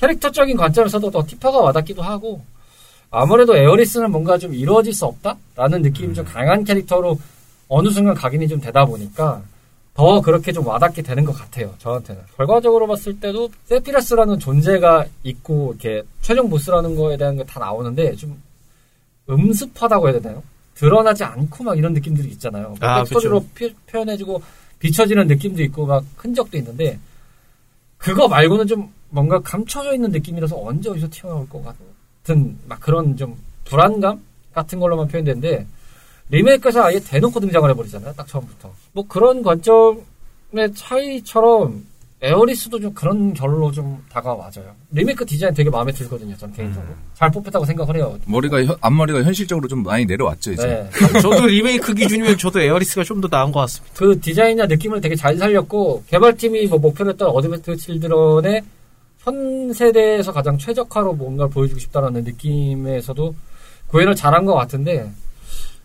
Speaker 1: 캐릭터적인 관점에서도 더 티파가 와닿기도 하고, 아무래도 에어리스는 뭔가 좀 이루어질 수 없다? 라는 느낌이 좀 강한 캐릭터로 어느 순간 각인이 좀 되다 보니까, 더 그렇게 좀 와닿게 되는 것 같아요, 저한테는. 결과적으로 봤을 때도, 세피라스라는 존재가 있고, 이렇게, 최종 보스라는 거에 대한 게 다 나오는데, 좀, 음습하다고 해야 되나요? 드러나지 않고 막 이런 느낌들이 있잖아요. 그
Speaker 2: 아,
Speaker 1: 텍스처로 표현해주고, 비춰지는 느낌도 있고 막 흔적도 있는데 그거 말고는 좀 뭔가 감춰져 있는 느낌이라서 언제 어디서 튀어나올 것 같은 막 그런 좀 불안감 같은 걸로만 표현되는데 리메이크에서 아예 대놓고 등장을 해버리잖아요 딱 처음부터 뭐 그런 관점의 차이처럼 에어리스도 좀 그런 결로 좀 다가와져요 리메이크 디자인 되게 마음에 들거든요 전 개인적으로 잘 뽑혔다고 생각을 해요
Speaker 5: 머리가 현- 앞머리가 현실적으로 좀 많이 내려왔죠 이제.
Speaker 1: 네.
Speaker 2: 저도 리메이크 기준이면 저도 에어리스가 좀 더 나은 것 같습니다.
Speaker 1: 그 디자인이나 느낌을 되게 잘 살렸고 개발팀이 뭐 목표로 했던 어드벤트 칠드런의 현 세대에서 가장 최적화로 뭔가를 보여주고 싶다라는 느낌에서도 구현을 잘한 것 같은데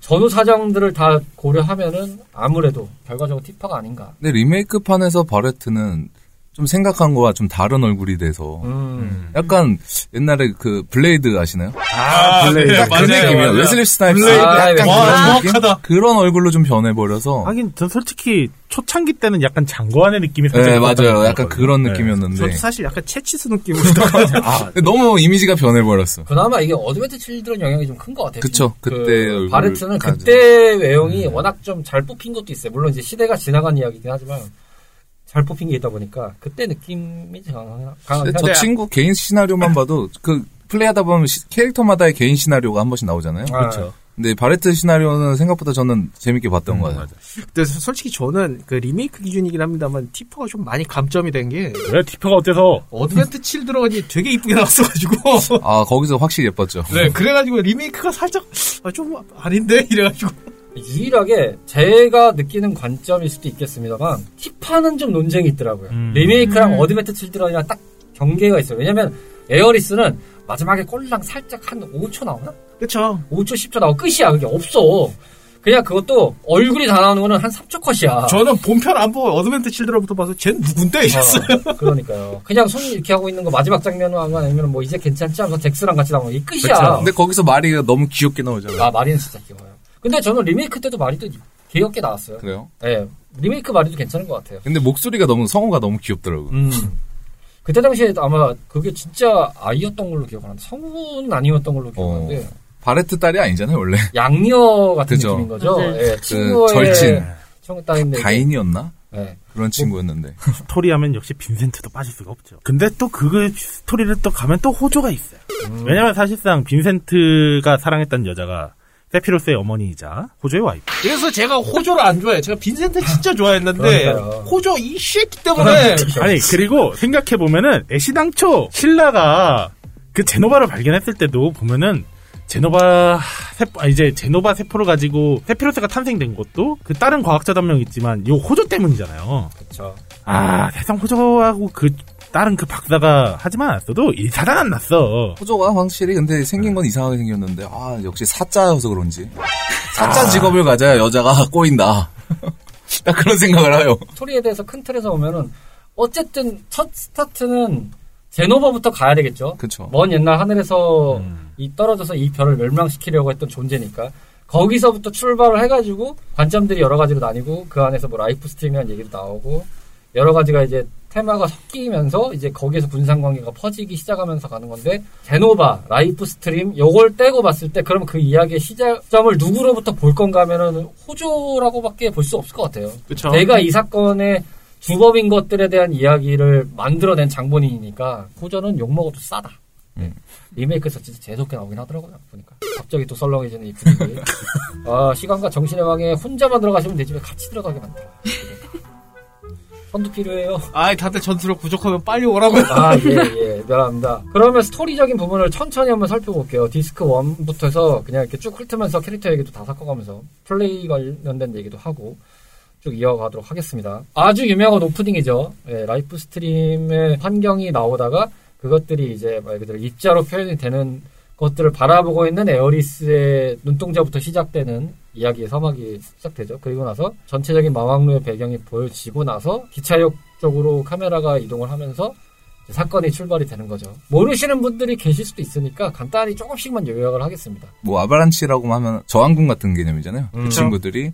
Speaker 1: 전후 사정들을 다 고려하면은 아무래도 결과적으로 티파가 아닌가.
Speaker 5: 근데 리메이크 판에서 바레트는 좀 생각한 거와 좀 다른 얼굴이 돼서 약간 옛날에 그 블레이드 음. 아시나요?
Speaker 3: 아,
Speaker 5: 딱그 느낌이에요. 웨슬리 스나이프스
Speaker 1: 블레이드. 아,
Speaker 5: 약간
Speaker 1: 와,
Speaker 5: 그런 느낌? 아, 그런 얼굴로 좀 변해버려서
Speaker 3: 하긴 전 솔직히 초창기 때는 약간 장고안의 느낌이 살짝
Speaker 5: 네
Speaker 3: 있었다는
Speaker 5: 맞아요. 약간
Speaker 3: 거거든요.
Speaker 5: 그런
Speaker 3: 네.
Speaker 5: 느낌이었는데
Speaker 2: 저도 사실 약간 채치스 느낌으로 나가지고
Speaker 5: 아, 너무 이미지가 변해버렸어.
Speaker 1: 그나마 이게 어드벤트 칠드런 영향이 좀 큰 것 같아요.
Speaker 5: 그쵸,
Speaker 1: 그
Speaker 5: 그때 음. 얼굴
Speaker 1: 바레트는
Speaker 5: 가진.
Speaker 1: 그때 외형이 워낙 좀 잘 뽑힌 것도 있어요. 물론 이제 시대가 지나간 이야기긴 하지만 잘 뽑힌 게 있다 보니까 그때 느낌이 강하- 강하긴
Speaker 5: 저
Speaker 1: 한데
Speaker 5: 친구 개인 시나리오만 봐도 그 플레이하다 보면 시- 캐릭터마다의 개인 시나리오가 한 번씩 나오잖아요.
Speaker 1: 아,
Speaker 3: 그렇죠.
Speaker 5: 근데 바레트 시나리오는 생각보다 저는 재밌게 봤던 거 같아요.
Speaker 2: 근데 솔직히 저는 그 리메이크 기준이긴 합니다만 티퍼가 좀 많이 감점이 된 게
Speaker 3: 네. 왜 디퍼가 어때서
Speaker 2: 어드벤트 칠드러니 되게 이쁘게 나왔어가지고
Speaker 5: 아 거기서 확실히 예뻤죠.
Speaker 2: 네 그래가지고 리메이크가 살짝 아, 좀 아닌데 이래가지고
Speaker 1: 유일하게 제가 느끼는 관점일 수도 있겠습니다만 티파는 좀 논쟁이 있더라고요.
Speaker 3: 음.
Speaker 1: 리메이크랑 어드벤트 칠드런이랑 딱 경계가 있어요. 왜냐면 에어리스는 마지막에 꼴랑 살짝 한 5초 나오나?
Speaker 2: 그쵸.
Speaker 1: 5초 10초 나오고 끝이야. 그게 없어. 그냥 그것도 얼굴이 다 나오는 거는 한 3초 컷이야.
Speaker 2: 저는 본편 안 보고 어드벤트 칠드런부터 봐서 쟨 누군데 이랬어요.
Speaker 1: 어, 그러니까요. 그냥 손 이렇게 하고 있는 거 마지막 장면만 아니면 뭐 이제 괜찮지 하면서 덱스랑 같이 나오는 게 끝이야.
Speaker 5: 근데 거기서 마리가 너무 귀엽게 나오잖아요.
Speaker 1: 아 마리는 진짜 귀여워요. 근데 저는 리메이크 때도 마리도 귀엽게 나왔어요.
Speaker 5: 아, 그래요?
Speaker 1: 예. 리메이크 마리도 괜찮은 것 같아요.
Speaker 5: 근데 목소리가 너무 성우가 너무 귀엽더라고. 요
Speaker 1: 음. 그때 당시에 아마 그게 진짜 아이였던 걸로 기억하는데 성우는 아니었던 걸로 기억하는데
Speaker 5: 바레트 딸이 아니잖아요 원래.
Speaker 1: 양녀 같은
Speaker 5: 그죠.
Speaker 1: 느낌인 거죠.
Speaker 4: 맞아요.
Speaker 1: 예,
Speaker 5: 그
Speaker 1: 친구의
Speaker 5: 절친 네,
Speaker 1: 청딸인데
Speaker 5: 가인이었나
Speaker 1: 예.
Speaker 5: 그런 친구였는데.
Speaker 3: 스토리하면 역시 빈센트도 빠질 수가 없죠. 근데 또 그 스토리를 또 가면 또 호조가 있어요.
Speaker 5: 음.
Speaker 3: 왜냐면 사실상 빈센트가 사랑했던 여자가 세피로스의 어머니이자 호조의 와이프.
Speaker 2: 그래서 제가 호조를 안 좋아해요. 제가 빈센트 진짜 좋아했는데
Speaker 1: 그러니까요.
Speaker 2: 호조 이 새끼 때문에
Speaker 1: 그렇죠.
Speaker 3: 아니 그리고 생각해 보면은 애시당초 신라가 그 제노바를 발견했을 때도 보면은 제노바 세포 아, 이제 제노바 세포를 가지고 세피로스가 탄생된 것도 그 다른 과학자도 한 명 있지만 요 호조 때문이잖아요.
Speaker 1: 그렇죠.
Speaker 3: 아 세상 호조하고 그 다른 그 박사가 하지만 않았어도 이 사단 안 났어.
Speaker 5: 호조가 확실히 근데 생긴 건 이상하게 생겼는데 아 역시 사자여서 그런지 사자 직업을 가져야 여자가 꼬인다. 딱 그런 생각을 해요.
Speaker 1: 스토리에 대해서 큰 틀에서 보면은 어쨌든 첫 스타트는 제노바부터 가야 되겠죠.
Speaker 5: 그쵸.
Speaker 1: 먼 옛날 하늘에서 이 떨어져서 이 별을 멸망시키려고 했던 존재니까 거기서부터 출발을 해가지고 관점들이 여러 가지로 나뉘고 그 안에서 뭐 라이프 스트림이라는 얘기도 나오고 여러 가지가 이제 테마가 섞이면서 이제 거기에서 분산 관계가 퍼지기 시작하면서 가는 건데 제노바 라이프 스트림 요걸 떼고 봤을 때 그럼 그 이야기의 시작점을 누구로부터 볼 건가 하면은 호조라고밖에 볼 수 없을 것 같아요.
Speaker 2: 그쵸.
Speaker 1: 내가 이 사건의 주범인 것들에 대한 이야기를 만들어낸 장본인이니까 호전은 욕먹어도 싸다. 네. 리메이크에서 진짜 재수없게 나오긴 하더라고요. 보니까 갑자기 또 썰렁해지는 이 분위기. 아, 시간과 정신의 왕에 혼자만 들어가시면 되지만 같이 들어가게 만들어. 선도 필요해요.
Speaker 2: 아이 다들 전투를 부족하면 빨리 오라고
Speaker 1: 아, 예, 예. 미안합니다. 그러면 스토리적인 부분을 천천히 한번 살펴볼게요. 디스크 1부터 해서 그냥 이렇게 쭉 훑으면서 캐릭터 얘기도 다 섞어가면서 플레이 관련된 얘기도 하고 쭉 이어가도록 하겠습니다. 아주 유명한 오프닝이죠. 예, 라이프 스트림의 환경이 나오다가 그것들이 이제 말 그대로 입자로 표현이 되는 것들을 바라보고 있는 에어리스의 눈동자부터 시작되는 이야기의 서막이 시작되죠. 그리고 나서 전체적인 마왕루의 배경이 보여지고 나서 기차역 쪽으로 카메라가 이동을 하면서 이제 사건이 출발이 되는 거죠. 모르시는 분들이 계실 수도 있으니까 간단히 조금씩만 요약을 하겠습니다.
Speaker 5: 뭐 아바란치라고 하면 저항군 같은 개념이잖아요. 그 친구들이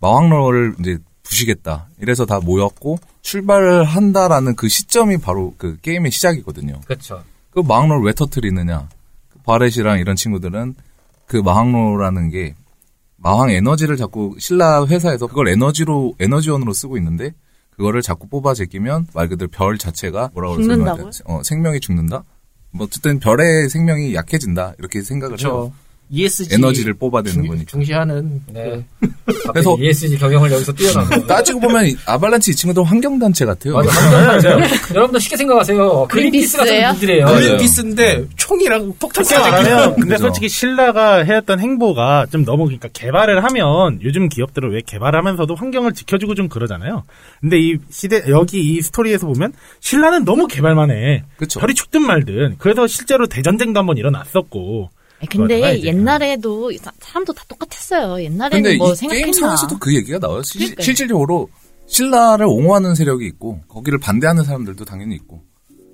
Speaker 5: 마왕로를 이제 부시겠다. 이래서 다 모였고 출발을 한다라는 그 시점이 바로 그 게임의 시작이거든요.
Speaker 1: 그렇죠.
Speaker 5: 그 마왕로를 왜 터뜨리느냐? 그 바렛이랑 이런 친구들은 그 마왕로라는 게 마왕 에너지를 자꾸 신라 회사에서 그걸 에너지로 에너지원으로 쓰고 있는데 그거를 자꾸 뽑아 제끼면 말 그대로 별 자체가 뭐라고 그러죠?
Speaker 4: 죽는다고요?
Speaker 5: 어, 생명이 죽는다. 뭐 어쨌든 별의 생명이 약해진다 이렇게 생각을 해요.
Speaker 1: E
Speaker 2: ESG
Speaker 5: 에너지를 뽑아내는 거니까.
Speaker 2: 중시하는
Speaker 1: 네.
Speaker 5: 그래서-
Speaker 1: 그래서 ESG 경영을 여기서 뛰어나는 거.
Speaker 5: 따지고 보면 이 아발란치 이 친구들 환경단체 같아요.
Speaker 1: 맞아, 맞아, 맞아요. 여러분들 쉽게 생각하세요. 그린피스 같은
Speaker 4: 그린피스예요?
Speaker 1: 분들이에요. 네.
Speaker 5: 맞아요.
Speaker 2: 그린피스인데 총이랑 폭탄
Speaker 3: 그렇게
Speaker 2: 쏴요.
Speaker 3: 안 하면 근데
Speaker 5: 그죠.
Speaker 3: 솔직히 신라가 해왔던 행보가 좀 너무 그러니까 개발을 하면 요즘 기업들은 왜 개발하면서도 환경을 지켜주고 좀 그러잖아요. 근데 이 시대 여기 이 스토리에서 보면 신라는 너무 개발만 해.
Speaker 5: 그쵸.
Speaker 3: 별이 죽든 말든 그래서 실제로 대전쟁도 한번 일어났었고
Speaker 4: 아니, 근데
Speaker 3: 그거잖아,
Speaker 4: 옛날에도 사- 사람도 다 똑같았어요.
Speaker 5: 근데
Speaker 4: 옛날에는
Speaker 5: 이
Speaker 4: 뭐
Speaker 5: 게임
Speaker 4: 생각했나.
Speaker 5: 상에서도 그 얘기가 나와요. 실-
Speaker 4: 그러니까요.
Speaker 5: 실질적으로 신라를 옹호하는 세력이 있고 거기를 반대하는 사람들도 당연히 있고.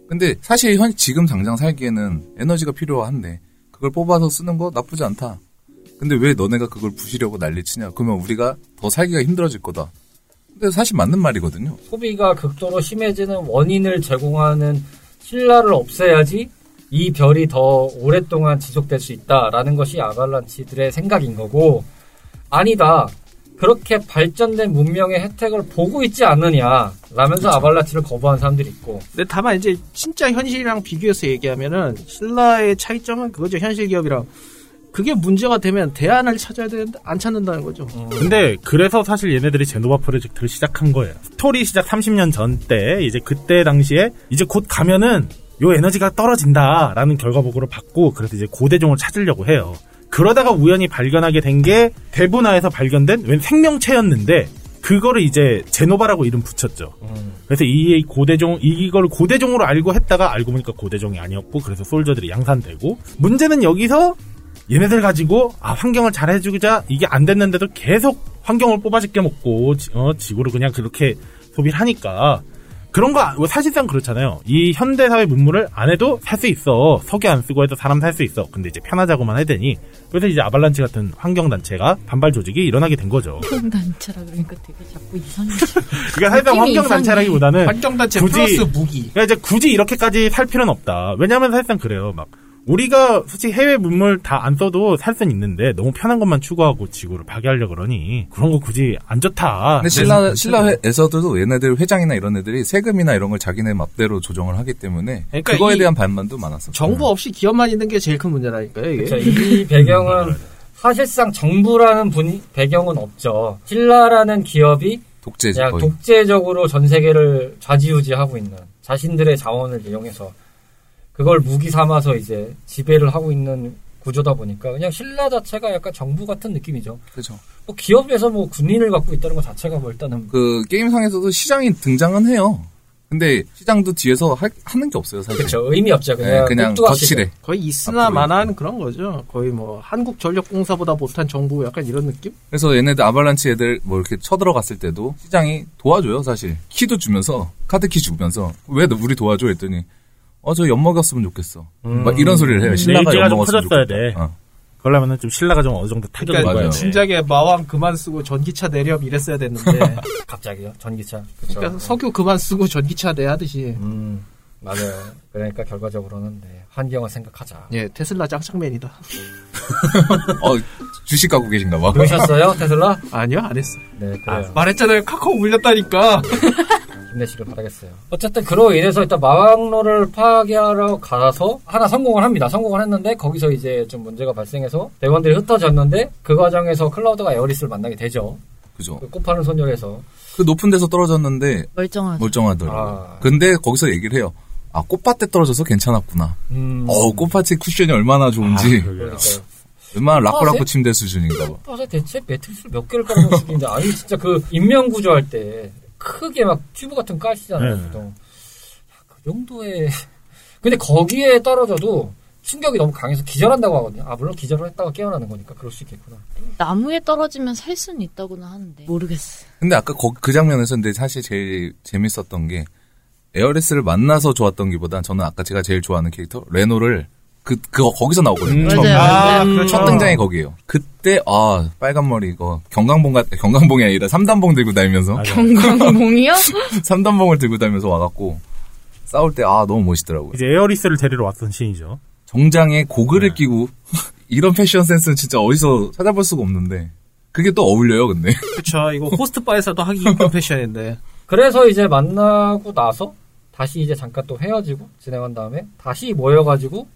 Speaker 5: 근데 사실 현 지금 당장 살기에는 에너지가 필요한데 그걸 뽑아서 쓰는 거 나쁘지 않다. 근데 왜 너네가 그걸 부시려고 난리치냐? 그러면 우리가 더 살기가 힘들어질 거다. 근데 사실 맞는 말이거든요.
Speaker 1: 네. 소비가 극도로 심해지는 원인을 제공하는 신라를 없애야지 이 별이 더 오랫동안 지속될 수 있다라는 것이 아발란치들의 생각인 거고 아니다 그렇게 발전된 문명의 혜택을 보고 있지 않느냐 라면서 아발란치를 거부한 사람들이 있고
Speaker 2: 근데 다만 이제 진짜 현실이랑 비교해서 얘기하면은 신라의 차이점은 그거죠 현실 기업이랑 그게 문제가 되면 대안을 찾아야 되는데 안 찾는다는 거죠.
Speaker 3: 근데 그래서 사실 얘네들이 제노바 프로젝트를 시작한 거예요. 스토리 시작 30년 전 때 이제 그때 당시에 이제 곧 가면은 요 에너지가 떨어진다라는 결과 보고를 받고 그래서 이제 고대종을 찾으려고 해요. 그러다가 우연히 발견하게 된 게 대분화에서 발견된 웬 생명체였는데 그거를 이제 제노바라고 이름 붙였죠. 그래서 이 고대종 이걸 고대종으로 알고 했다가 알고 보니까 고대종이 아니었고 그래서 솔저들이 양산되고 문제는 여기서 얘네들 가지고 아 환경을 잘 해주자 이게 안 됐는데도 계속 환경을 뽑아짓게 먹고 지, 어, 지구를 그냥 그렇게 소비를 하니까 그런 거 아- 사실상 그렇잖아요. 이 현대 사회 문물을 안 해도 살 수 있어. 석유 안 쓰고 해도 사람 살 수 있어. 근데 이제 편하자고만 해대니 그래서 이제 아발란치 같은 환경 단체가 반발 조직이 일어나게 된 거죠.
Speaker 4: 단체라 그러니까 되게 자꾸 이상해.
Speaker 3: 그러니까 사실상
Speaker 4: 느낌이
Speaker 3: 환경
Speaker 2: 네.
Speaker 3: 단체라기보다는
Speaker 2: 환경단체
Speaker 3: 굳이-
Speaker 2: 플러스 무기.
Speaker 3: 그러니까 이제 굳이 이렇게까지 살 필요는 없다. 왜냐하면 사실상 그래요. 막 우리가 솔직히 해외 문물 다 안 써도 살 수는 있는데 너무 편한 것만 추구하고 지구를 파괴하려 그러니 그런 거 굳이 안
Speaker 2: 아,
Speaker 3: 좋다.
Speaker 5: 근데
Speaker 2: 그렇죠.
Speaker 5: 신라 신라에서도 얘네들 회장이나 이런 애들이 세금이나 이런 걸 자기네 맘대로 조정을 하기 때문에
Speaker 2: 그러니까
Speaker 5: 그거에
Speaker 2: 이-
Speaker 5: 대한 반만도 많았어.
Speaker 2: 정부 없이 기업만 있는 게 제일 큰 문제라니까요, 이게.
Speaker 1: 그렇죠. 이 배경은 사실상 정부라는 분이 배경은 없죠. 신라라는 기업이
Speaker 5: 독재지
Speaker 1: 그냥
Speaker 5: 거의.
Speaker 1: 독재적으로 전 세계를 좌지우지하고 있는 자신들의 자원을 이용해서 그걸 무기 삼아서 이제 지배를 하고 있는 구조다 보니까 그냥 신라 자체가 약간 정부 같은 느낌이죠.
Speaker 5: 그렇죠.
Speaker 1: 뭐 기업에서 뭐 군인을 갖고 있다는 것 자체가 뭐 일단은
Speaker 5: 그 게임상에서도 시장이 등장은 해요. 근데 시장도 뒤에서 할- 하는 게 없어요 사실.
Speaker 1: 그렇죠. 의미 없죠.
Speaker 5: 예,
Speaker 1: 그냥
Speaker 5: 그냥
Speaker 1: 뚝뚝합시다.
Speaker 5: 거칠해.
Speaker 2: 거의 있으나
Speaker 5: 앞으로.
Speaker 2: 마나한 그런 거죠. 거의 뭐 한국전력공사보다 못한 정부 약간 이런 느낌?
Speaker 5: 그래서 얘네들 아발란치 애들 뭐 이렇게 쳐들어갔을 때도 시장이 도와줘요 사실. 키도 주면서 카드 키 주면서 왜 너- 우리 도와줘 했더니 어 저 엿 먹었으면 좋겠어. 막 이런 소리를 해요. 신라가
Speaker 3: 일제가
Speaker 5: 엿
Speaker 3: 좀
Speaker 5: 먹었으면
Speaker 3: 커졌어야
Speaker 5: 좋겠다.
Speaker 3: 돼.
Speaker 5: 어.
Speaker 3: 그러려면 좀 신라가 좀 어느 정도 타격을
Speaker 2: 그러니까
Speaker 5: 음, 맞아요.
Speaker 3: 입어야 돼.
Speaker 2: 진작에 마왕 그만 쓰고 전기차 내렴 이랬어야 됐는데
Speaker 1: 네, 갑자기요. 전기차. 그렇죠.
Speaker 2: 그러니까 석유 그만 쓰고 전기차 내하듯이
Speaker 1: 음, 맞아요. 그러니까 결과적으로는 네, 환경을 생각하자.
Speaker 2: 예 테슬라 짱창맨이다.
Speaker 5: 어, 주식 갖고 계신가
Speaker 1: 네.
Speaker 5: 봐.
Speaker 1: 보셨어요 테슬라?
Speaker 2: 아니요 안 했어요.
Speaker 1: 네, 그래요.
Speaker 2: 말했잖아요 카카오 물렸다니까.
Speaker 1: 힘내시길 바라겠어요. 어쨌든 그로 인해서 일단 마왕로를 파괴하러 가서 하나 성공을 합니다. 성공을 했는데 거기서 이제 좀 문제가 발생해서 대원들이 흩어졌는데 그 과정에서 클라우드가 에어리스를 만나게 되죠.
Speaker 5: 그죠.
Speaker 1: 그 꽃파는 소녀에서
Speaker 5: 그 높은 데서 떨어졌는데
Speaker 4: 멀쩡하죠.
Speaker 5: 멀쩡하더라고.
Speaker 1: 아.
Speaker 5: 요 근데 거기서 얘기를 해요. 아 꽃밭에 떨어져서 괜찮았구나.
Speaker 1: 음,
Speaker 5: 어 꽃밭의 쿠션이 얼마나 좋은지
Speaker 1: 그러니까요.
Speaker 5: 얼마나 라쿠라쿠
Speaker 1: 아,
Speaker 5: 침대 수준인가 봐.
Speaker 1: 꽃밭에 대체 매트리스를 몇 개를 깔아놓은 식인데 아니 진짜 그 인명 구조할 때 크게 막 튜브 같은 거 깔시잖아요.
Speaker 3: 네.
Speaker 1: 보통. 야, 그 정도의 근데 거기에 떨어져도 충격이 너무 강해서 기절한다고 하거든요. 아 물론 기절을 했다가 깨어나는 거니까 그럴 수 있겠구나.
Speaker 4: 나무에 떨어지면 살 수는 있다고는 하는데 모르겠어.
Speaker 5: 근데 아까 거- 그 장면에서 근데 사실 제일 재밌었던 게 에어리스를 만나서 좋았던 게보다 저는 아까 제가 제일 좋아하는 캐릭터 레노를 그, 그 거기서 나오거든요.
Speaker 3: 음.
Speaker 5: 처음.
Speaker 4: 맞아요.
Speaker 3: 아,
Speaker 4: 음.
Speaker 3: 그렇죠.
Speaker 5: 첫 등장이 거기에요. 그때 아 빨간 머리 이거 경강봉 같 경강봉이 아니라 삼단봉 들고 다니면서
Speaker 3: 맞아요. 네.
Speaker 4: 경광봉이요?
Speaker 5: 삼단봉을 들고 다니면서 와갖고 싸울 때 아 너무 멋있더라고요.
Speaker 3: 이제 에어리스를 데리러 왔던 신이죠.
Speaker 5: 정장에
Speaker 4: 네.
Speaker 5: 고글을 끼고 이런 패션 센스는 진짜 어디서 찾아볼 수가 없는데 그게 또 어울려요 근데
Speaker 2: 그쵸 그렇죠. 이거 호스트바에서도 하기 힘든 패션인데
Speaker 1: 그래서 이제 만나고 나서 다시 이제 잠깐 또 헤어지고 진행한 다음에 다시 모여가지고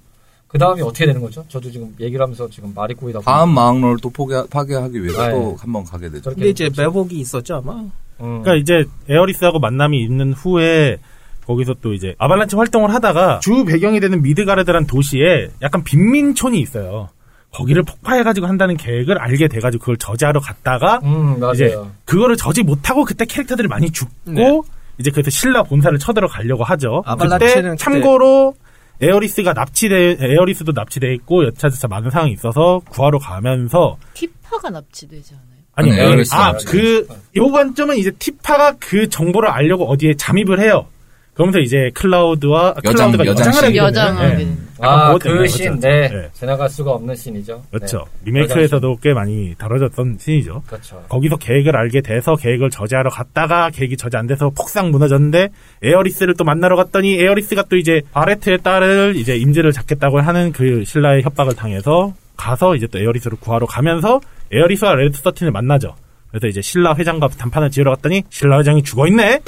Speaker 1: 그 다음이 어떻게 되는 거죠? 저도 지금 얘기를 하면서 지금 말이 꼬이다 보니까
Speaker 5: 다음 마왕로를 또 포기, 파괴하기 위해서
Speaker 1: 아, 예.
Speaker 5: 또 한 번 가게 되죠.
Speaker 1: 저렇게
Speaker 2: 근데 이제
Speaker 1: 되는 거죠.
Speaker 2: 매복이 있었죠 아마.
Speaker 1: 음.
Speaker 3: 그러니까 이제 에어리스하고 만남이 있는 후에 거기서 또 이제 아발란치 활동을 하다가 주 배경이 되는 미드가르드란 도시에 약간 빈민촌이 있어요. 거기를 폭파해가지고 한다는 계획을 알게 돼가지고 그걸 저지하러 갔다가
Speaker 1: 음 맞아요.
Speaker 3: 이제 그거를 저지 못하고 그때 캐릭터들이 많이 죽고
Speaker 2: 네.
Speaker 3: 이제 그래서 신라 본사를 쳐들어 가려고 하죠.
Speaker 2: 아발라체는
Speaker 3: 그때
Speaker 2: 그때-
Speaker 3: 참고로 에어리스가 납치돼 에어리스도 납치돼 있고 여차저차 많은 상황이 있어서 구하러 가면서
Speaker 4: 티파가 납치되지 않아요?
Speaker 3: 아니,
Speaker 5: 아니,
Speaker 3: 에어리-
Speaker 5: 음, 에어리스가
Speaker 3: 아,
Speaker 5: 납치돼
Speaker 3: 그, 요 관점은 이제 티파가 그 정보를 알려고 어디에 잠입을 해요. 그러면서 이제 클라우드와,
Speaker 5: 여장,
Speaker 3: 클라우드가
Speaker 5: 여장
Speaker 3: 여장을
Speaker 5: 씬.
Speaker 3: 하게 되잖아요.
Speaker 4: 여장하게
Speaker 3: 예.
Speaker 4: 되는.
Speaker 3: 약간 그것 때문에
Speaker 1: 아그 씬,
Speaker 3: 그렇죠.
Speaker 1: 네.
Speaker 3: 네.
Speaker 1: 지나갈 수가 없는 씬이죠.
Speaker 3: 그렇죠.
Speaker 1: 네.
Speaker 3: 리메이크에서도 꽤 많이 다뤄졌던 신이죠.
Speaker 1: 그렇죠.
Speaker 3: 거기서 계획을 알게 돼서 계획을 저지하러 갔다가 계획이 저지 안 돼서 폭삭 무너졌는데 에어리스를 또 만나러 갔더니 에어리스가 또 이제 바레트의 딸을 이제 임제를 잡겠다고 하는 그 신라의 협박을 당해서 가서 이제 또 에어리스를 구하러 가면서 에어리스와 레드 서틴을 만나죠. 그래서 이제 신라 회장과 단판을 지으러 갔더니 신라 회장이 죽어 있네.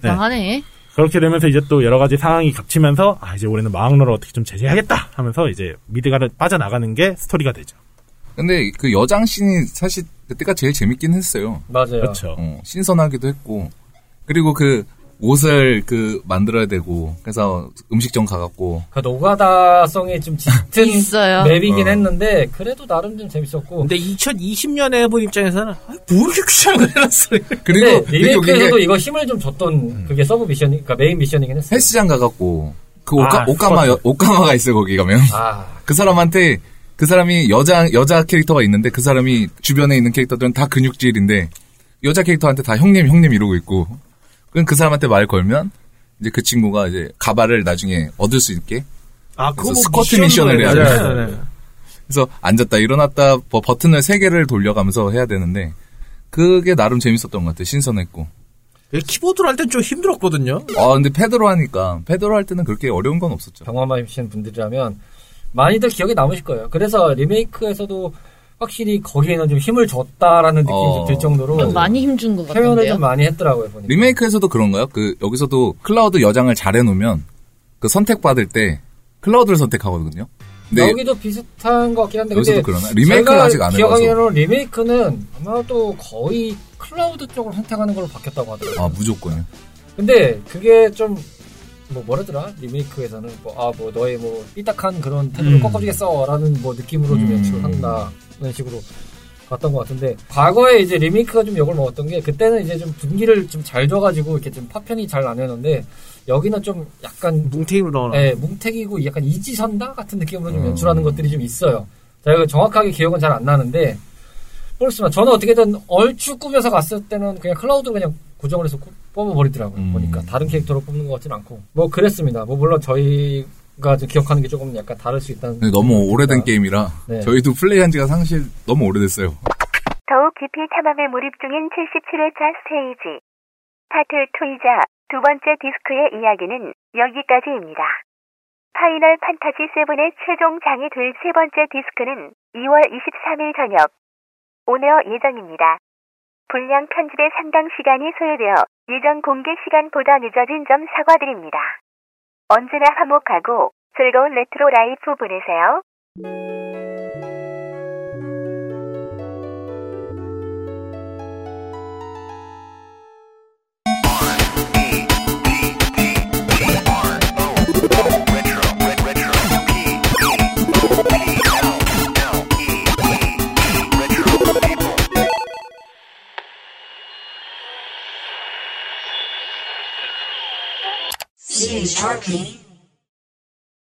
Speaker 3: 네.
Speaker 4: 아, 망하네.
Speaker 3: 그렇게 되면서 이제 또 여러 가지 상황이 겹치면서 아 이제 우리는 마왕로를 어떻게 좀 제재해야겠다 하면서 이제 미드가를 빠져나가는 게 스토리가 되죠.
Speaker 5: 근데 그 여장 씬이 사실 그때가 제일 재밌긴 했어요.
Speaker 1: 맞아요.
Speaker 3: 그렇죠.
Speaker 5: 어, 신선하기도 했고 그리고 그 옷을 그 만들어야 되고 그래서 음식점 가갖고
Speaker 1: 그 노가다성이 좀 짙은
Speaker 4: 있어요.
Speaker 1: 맵이긴
Speaker 5: 어.
Speaker 1: 했는데 그래도 나름 좀 재밌었고.
Speaker 2: 근데 2020년에 해본 입장에서는 아, 뭐 이렇게 귀찮은 걸 해놨어.
Speaker 5: 그리고
Speaker 1: 근데
Speaker 5: 되게 웃긴
Speaker 1: 네, 리메이크에서도
Speaker 5: 게 음.
Speaker 1: 이거 힘을 좀 줬던 그게 서브 미션이, 그러니까 메인 미션이긴 했어요.
Speaker 5: 헬스장 가갖고 그 옷가,
Speaker 3: 아,
Speaker 5: 옷가마 여- 옷가마가 있어 요 거기 가면
Speaker 1: 아,
Speaker 5: 그 사람한테 그 사람이 여자 여자 캐릭터가 있는데 그 사람이 주변에 있는 캐릭터들은 다 근육질인데 여자 캐릭터한테 다 형님 형님 이러고 있고 그럼 그 사람한테 말 걸면 이제 그 친구가 이제 가발을 나중에 얻을 수 있게
Speaker 2: 아,
Speaker 5: 그거 뭐 스쿼트 미션을 해야
Speaker 2: 맞아요.
Speaker 5: 돼. 그래서 앉았다 일어났다 버- 버튼을 세 개를 돌려가면서 해야 되는데 그게 나름 재밌었던 것 같아 신선했고
Speaker 2: 네. 키보드로 할 땐 좀 힘들었거든요.
Speaker 5: 아 근데 패드로 하니까 패드로 할 때는 그렇게 어려운 건 없었죠
Speaker 1: 경험하신 분들이라면 많이들 기억에 남으실 거예요. 그래서 리메이크에서도 확실히 거기에는 좀 힘을 줬다라는 느낌이
Speaker 5: 어.
Speaker 1: 좀
Speaker 5: 네.
Speaker 1: 들 정도로
Speaker 4: 좀 많이 힘준 것
Speaker 1: 표현을 좀
Speaker 4: 같은데요.
Speaker 1: 많이 했더라고요. 보니까.
Speaker 5: 리메이크에서도 그런가요? 그 여기서도 클라우드 여장을 잘 해놓으면 그 선택 받을 때 클라우드를 선택하거든요. 근데
Speaker 1: 여기도 비슷한 것 같긴 한데
Speaker 5: 여기서도
Speaker 1: 근데
Speaker 5: 그러나 리메이크는
Speaker 1: 제가
Speaker 5: 아직 안 해봐서
Speaker 1: 기억하기로는 리메이크는 아마도 거의 클라우드 쪽을 선택하는 걸로 바뀌었다고 하더라고요.
Speaker 5: 아 무조건요.
Speaker 1: 근데 그게 좀 뭐 뭐라더라 리메이크에서는 뭐아뭐 너의 뭐 삐딱한 그런 태도를
Speaker 6: 음.
Speaker 1: 꺾어주겠어라는 뭐 느낌으로 좀
Speaker 5: 음.
Speaker 1: 연출을 한다는 식으로 갔던 것 같은데 과거에 이제 리메이크가 좀 욕을 먹었던 게 그때는 이제 좀 분기를 좀 잘 줘가지고 이렇게 좀 파편이 잘 나뉘었는데 여기는 좀 약간
Speaker 2: 뭉탱이로 넣어놔.
Speaker 1: 예, 뭉탱이고 약간 이지선다 같은 느낌으로 좀
Speaker 5: 음.
Speaker 1: 연출하는 것들이 좀 있어요. 제가 정확하게 기억은 잘 안 나는데 모르겠습니다. 저는 어떻게든 얼추 꾸며서 갔을 때는 그냥 클라우드 그냥 고정을 해서 꾸- 뽑아버리더라고요.
Speaker 5: 음.
Speaker 1: 보니까 다른 캐릭터로 뽑는 것 같진 않고 뭐 그랬습니다. 뭐 물론 저희가 좀 기억하는 게 조금 약간 다를 수 있다는
Speaker 5: 근데 너무 오래된
Speaker 1: 생각이
Speaker 5: 게임이라
Speaker 1: 네.
Speaker 5: 저희도 플레이한 지가 상실 너무 오래됐어요.
Speaker 8: 더욱 깊이 탐험에 몰입 중인 77회차 스테이지. 파트 2이자 두 번째 디스크의 이야기는 여기까지입니다. 파이널 판타지 7의 최종장이 될 세 번째 디스크는 2월 23일 저녁 오네어 예정입니다. 분량 편집에 상당 시간이 소요되어 예정 공개 시간보다 늦어진 점 사과드립니다. 언제나 화목하고 즐거운 레트로 라이프 보내세요.
Speaker 9: CHRP